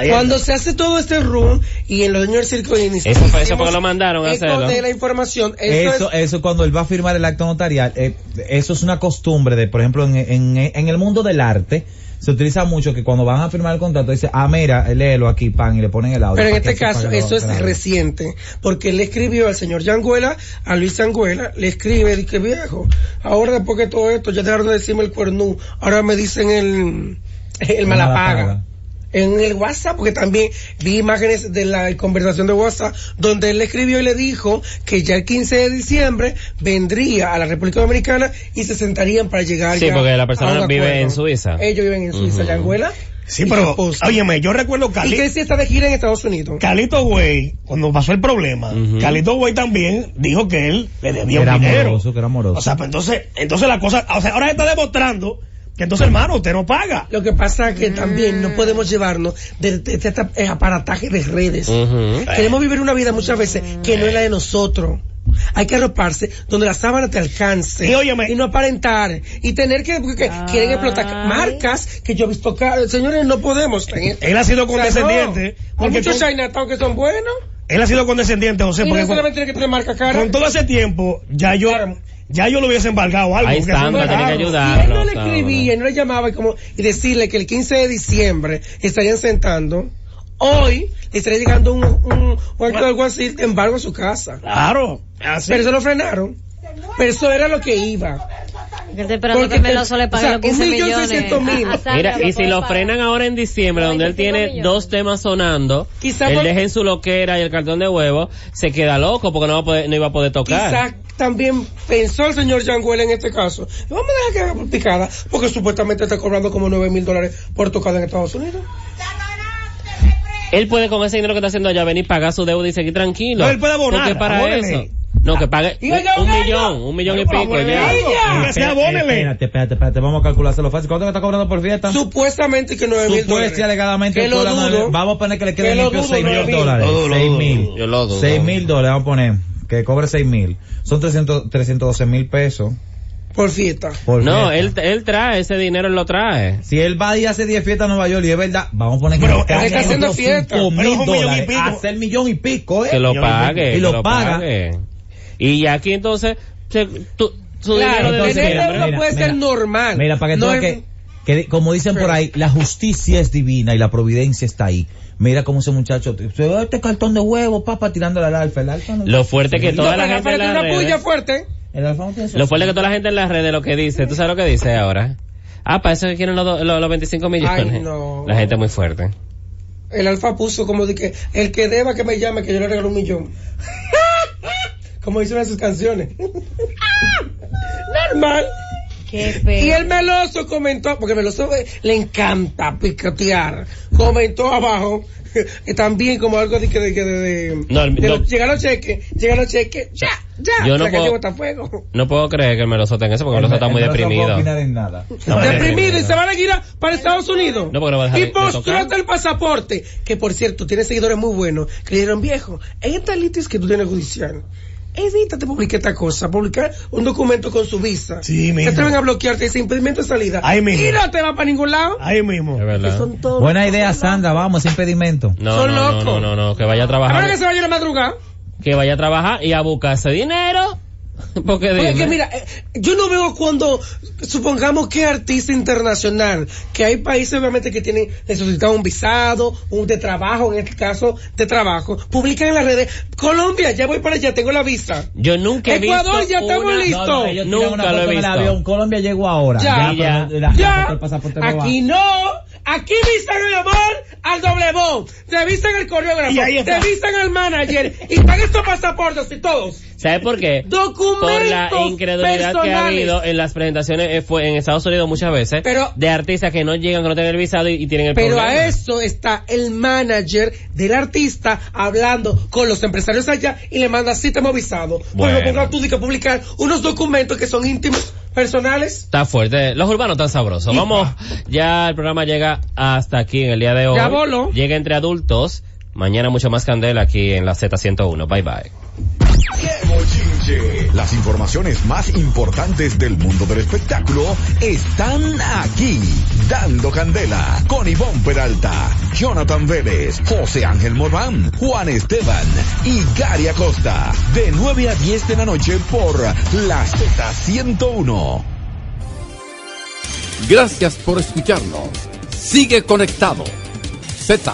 Speaker 4: Cuando se hace todo este room y el dueño del circo inicia.
Speaker 5: Eso fue- eso porque lo mandaron a
Speaker 4: eco
Speaker 5: hacerlo.
Speaker 4: de la información. Eso,
Speaker 3: Eso,
Speaker 4: es,
Speaker 3: eso cuando él va a firmar el acto notarial, eh, eso es una costumbre de, por ejemplo, en, en, en el mundo del arte, se utiliza mucho que cuando van a firmar el contrato dice, ah, mira, léelo aquí, pan, y le ponen el audio.
Speaker 4: pero
Speaker 3: para
Speaker 4: en
Speaker 3: que
Speaker 4: este
Speaker 3: sepan
Speaker 4: caso,
Speaker 3: que lo-
Speaker 4: eso es
Speaker 3: que la-
Speaker 4: reciente. Porque él le escribió al señor Yanguela, a Luis Yanguela, le escribe, dice viejo, ahora después que todo esto, ya dejaron de decirme el cuernú, ahora me dicen el, el malapaga.
Speaker 3: malapaga.
Speaker 4: En el WhatsApp, porque también vi imágenes de la conversación de WhatsApp, donde él le escribió y le dijo que ya el 15 de diciembre vendría a la República Dominicana y se sentarían para llegar
Speaker 5: Sí,
Speaker 4: ya
Speaker 5: porque la
Speaker 4: a
Speaker 5: persona
Speaker 4: un
Speaker 5: vive
Speaker 4: acuerdo.
Speaker 5: en Suiza.
Speaker 4: Ellos viven en Suiza,
Speaker 5: Ujú.
Speaker 4: Yanguela.
Speaker 2: Sí,
Speaker 4: y
Speaker 2: pero,
Speaker 4: Caposta.
Speaker 2: óyeme, yo recuerdo
Speaker 4: Y
Speaker 2: Cali,
Speaker 4: que sí está de gira en Estados Unidos.
Speaker 2: Calito Way, cuando pasó el problema,
Speaker 5: Ujú.
Speaker 2: Calito Way también dijo que él le
Speaker 3: Que
Speaker 2: debía
Speaker 3: era
Speaker 2: un dinero.
Speaker 3: amoroso, que era amoroso.
Speaker 2: O sea, pues entonces, entonces la cosa, o sea, ahora se está demostrando que entonces, hermano, usted no paga.
Speaker 4: Lo que pasa que también no podemos llevarnos de, de- de este eh, aparataje de redes.
Speaker 5: Ujú.
Speaker 4: Queremos vivir una vida muchas veces que no es la de nosotros. Hay que arroparse donde la sábana te alcance.
Speaker 2: Y óyeme-
Speaker 4: no aparentar. Y tener que, porque quieren explotar marcas que yo he visto. ca- Señores, no podemos. tener.
Speaker 2: Él ha sido
Speaker 4: O sea,
Speaker 2: Eh, condescendiente.
Speaker 4: no. Hay
Speaker 2: porque
Speaker 4: muchos
Speaker 2: con-
Speaker 4: Chinatown que son buenos.
Speaker 2: él ha sido condescendiente, José,
Speaker 4: y
Speaker 2: porque
Speaker 4: no
Speaker 2: con,
Speaker 4: solamente tiene que tener marca cara.
Speaker 2: con todo ese tiempo, ya yo, ya yo lo hubiese embargado algo.
Speaker 5: Ahí
Speaker 2: porque
Speaker 5: están,
Speaker 2: eso no
Speaker 5: va a
Speaker 2: es
Speaker 5: tener que
Speaker 2: raro.
Speaker 5: ayudar.
Speaker 4: Y él no
Speaker 5: Claro,
Speaker 4: le
Speaker 5: claro.
Speaker 4: escribía, no le llamaba y como y decirle que el 15 de diciembre estarían sentando. Hoy le estaría llegando un, un, un acto de algo así de embargo a su casa.
Speaker 2: Claro. Así.
Speaker 4: Pero eso lo frenaron. Pero eso era lo que iba.
Speaker 1: Que estoy esperando
Speaker 4: Porque
Speaker 1: que me
Speaker 4: te-
Speaker 1: lo sole
Speaker 4: o sea,
Speaker 1: pagar los 15
Speaker 4: un millón
Speaker 1: millones.
Speaker 4: seiscientos mil.
Speaker 1: A- a Sandra,
Speaker 5: Mira, y si
Speaker 1: puedes
Speaker 5: lo
Speaker 1: pagar.
Speaker 5: frenan ahora en diciembre, donde él
Speaker 1: 95
Speaker 5: tiene
Speaker 1: millones.
Speaker 5: dos temas sonando,
Speaker 4: Quizá
Speaker 5: él
Speaker 4: por-
Speaker 5: deja en su loquera y el cartón de huevo, se queda loco porque no, va a poder- no iba a poder tocar.
Speaker 4: Quizás también pensó el señor Yanguel en este caso. Vamos a dejar que haga por picada, porque supuestamente está cobrando como 9 mil dólares por tocada en Estados Unidos.
Speaker 5: Él puede con ese dinero que está haciendo allá venir, pagar su deuda y seguir tranquilo.
Speaker 2: No, él puede abonar,
Speaker 5: Porque para
Speaker 2: abónele.
Speaker 5: eso. No, que pague
Speaker 4: Y
Speaker 5: un,
Speaker 4: ella
Speaker 5: un
Speaker 4: abona.
Speaker 5: millón, un millón y
Speaker 2: Pero
Speaker 5: pico. y
Speaker 2: abónele
Speaker 5: ya.
Speaker 2: algo.
Speaker 3: Espérate,
Speaker 2: Aunque sea, abónele.
Speaker 3: Espérate, espérate, espérate, vamos a calculárselo fácil. ¿Cuánto me está cobrando por fiesta?
Speaker 4: Supuestamente que 9 mil dólares.
Speaker 3: Supuesta y alegadamente
Speaker 4: Que lo
Speaker 3: cobrando nueve-
Speaker 4: dudo.
Speaker 3: vamos a poner que le
Speaker 4: Que
Speaker 3: queden
Speaker 4: lo
Speaker 3: limpios
Speaker 4: dudo,
Speaker 3: 6
Speaker 4: nueve
Speaker 3: mil
Speaker 4: mil.
Speaker 3: dólares.
Speaker 5: Lo dudo, lo
Speaker 3: 6
Speaker 5: dudo.
Speaker 3: mil.
Speaker 5: Yo lo dudo.
Speaker 3: 6 mil dólares, vamos a poner. Que cobre 6 mil. Son 300, 312 mil pesos.
Speaker 4: Por fiesta.
Speaker 3: por
Speaker 5: No,
Speaker 3: fiesta.
Speaker 5: él, él trae ese dinero, él lo trae.
Speaker 3: Si él va y hace 10 fiestas en Nueva York y es verdad, vamos a poner que
Speaker 2: Pero
Speaker 3: le
Speaker 2: él
Speaker 3: cargue
Speaker 2: está
Speaker 4: haciendo
Speaker 3: otros
Speaker 4: fiesta,
Speaker 3: cinco
Speaker 2: pero es
Speaker 3: mil
Speaker 2: un millón y
Speaker 3: dólares.
Speaker 2: pico.
Speaker 3: Hace el millón y pico, ¿eh?
Speaker 5: Que lo
Speaker 3: Millón
Speaker 5: pague.
Speaker 3: pico. Y
Speaker 5: que
Speaker 3: lo, paga.
Speaker 5: pague. Y aquí entonces, se- tu- su
Speaker 4: Claro,
Speaker 5: dinero de
Speaker 3: entonces,
Speaker 4: tener
Speaker 3: mira,
Speaker 4: deuda
Speaker 3: mira,
Speaker 4: puede
Speaker 3: mira.
Speaker 4: ser normal.
Speaker 3: Mira, para que tú
Speaker 4: No
Speaker 3: veas
Speaker 4: es-
Speaker 3: que, que di- como dicen por ahí, la justicia es divina y la providencia está ahí. Mira cómo ese muchacho, este cartón de huevo, papá, tirándole al alfa. El alfa no-
Speaker 5: Lo fuerte que toda la
Speaker 4: Pero
Speaker 5: gente en
Speaker 4: espérate,
Speaker 5: las
Speaker 4: una puya
Speaker 5: redes.
Speaker 4: fuerte.
Speaker 3: El alfa no tiene
Speaker 5: Lo fuerte que toda la gente en las redes lo que dice. ¿Tú sabes lo que dice ahora? Ah, para eso es que quieren los, do- los, los 25 millones.
Speaker 4: Ay, no.
Speaker 5: La gente es muy fuerte.
Speaker 4: El alfa puso como de que el que deba que me llame, que yo le regalo un millón. como dice una de sus canciones. Normal.
Speaker 1: Qué
Speaker 4: Y
Speaker 1: feo.
Speaker 4: el meloso comentó, porque el meloso eh, le encanta picotear. Comentó abajo, eh, también como algo de que de, que de, de-
Speaker 5: No, el-
Speaker 4: de
Speaker 5: no.
Speaker 4: los- llegaron cheques, llegaron cheques, ya, ya,
Speaker 5: Yo no
Speaker 4: la que
Speaker 5: puedo-
Speaker 4: llevo está fuego.
Speaker 5: No puedo creer que el meloso tenga eso porque el meloso está muy
Speaker 3: no se puede
Speaker 5: deprimido.
Speaker 3: opinar en nada.
Speaker 5: No,
Speaker 4: deprimido y
Speaker 5: no.
Speaker 4: se van a ir a- para Estados Unidos.
Speaker 5: No, porque no va a dejar
Speaker 4: y
Speaker 5: de- de
Speaker 4: postúrate
Speaker 5: tocar.
Speaker 4: el pasaporte. Que por cierto, tiene seguidores muy buenos que le dijeron, viejo, en esta litis que tú tienes judicial, evítate publicar esta cosa, publicar un documento con su visa.
Speaker 2: Sí,
Speaker 4: Te
Speaker 2: mismo.
Speaker 4: atreven a bloquearte ese impedimento de salida.
Speaker 2: Ahí mismo.
Speaker 4: Y no te va para ningún lado.
Speaker 2: Ahí mismo.
Speaker 5: Es
Speaker 4: Que
Speaker 5: verdad.
Speaker 4: son todos.
Speaker 3: Buena idea, Sandra, vamos, sin pedimento.
Speaker 5: No,
Speaker 4: Son
Speaker 5: no, no,
Speaker 4: locos.
Speaker 5: no, no, no, que vaya a trabajar.
Speaker 4: Ahora que se vaya a la madrugada.
Speaker 5: Que vaya a trabajar y a buscarse dinero. Porque
Speaker 4: Porque
Speaker 5: dime.
Speaker 4: es que mira, eh, yo no veo cuando, supongamos que artista internacional, que hay países obviamente que tienen necesitado un visado, un de trabajo, en este caso de trabajo, publican en las redes, Colombia, ya voy para allá, tengo la visa.
Speaker 5: Yo nunca he
Speaker 4: Ecuador,
Speaker 5: visto
Speaker 4: ya estamos
Speaker 5: una-
Speaker 4: listos.
Speaker 5: No, no, ellos tiran Nunca
Speaker 3: una
Speaker 5: lo he
Speaker 3: foto en el
Speaker 5: visto.
Speaker 3: avión, Colombia llegó ahora.
Speaker 4: Ya,
Speaker 5: ya.
Speaker 3: pero la- la foto
Speaker 4: ya,
Speaker 3: del pasaporte no va.
Speaker 4: aquí no, aquí visan el amor al doble bon, te visan el coreógrafo,
Speaker 2: Y ahí está.
Speaker 4: te visan al manager, y pagan estos pasaportes y todos.
Speaker 5: ¿Sabes por qué?
Speaker 4: Documentos
Speaker 5: Por la incredulidad que ha
Speaker 4: personales.
Speaker 5: habido en las presentaciones eh, fue en Estados Unidos muchas veces
Speaker 4: Pero-
Speaker 5: de artistas que no llegan, que no tienen el visado y, y tienen el
Speaker 4: Pero
Speaker 5: problema.
Speaker 4: a eso está el manager del artista hablando con los empresarios allá y le manda sí te hemos visado. Bueno,
Speaker 5: Bueno.
Speaker 4: ponga tú de que publicar unos documentos que son íntimos personales.
Speaker 5: Está fuerte. Los urbanos están sabrosos. Vamos, ya el programa llega hasta aquí en el día de hoy.
Speaker 4: Ya voló.
Speaker 5: Llega entre adultos. Mañana mucho más candela aquí en la Z101. Bye bye.
Speaker 6: ¡Qué bochinche! Las informaciones más importantes del mundo del espectáculo están aquí. Dando Candela con Ivonne Peralta, Jonathan Vélez, José Ángel Morván, Juan Esteban y Gary Acosta. De 9 a 10 de la noche por la Z101.
Speaker 9: Gracias por escucharnos. Sigue conectado. Z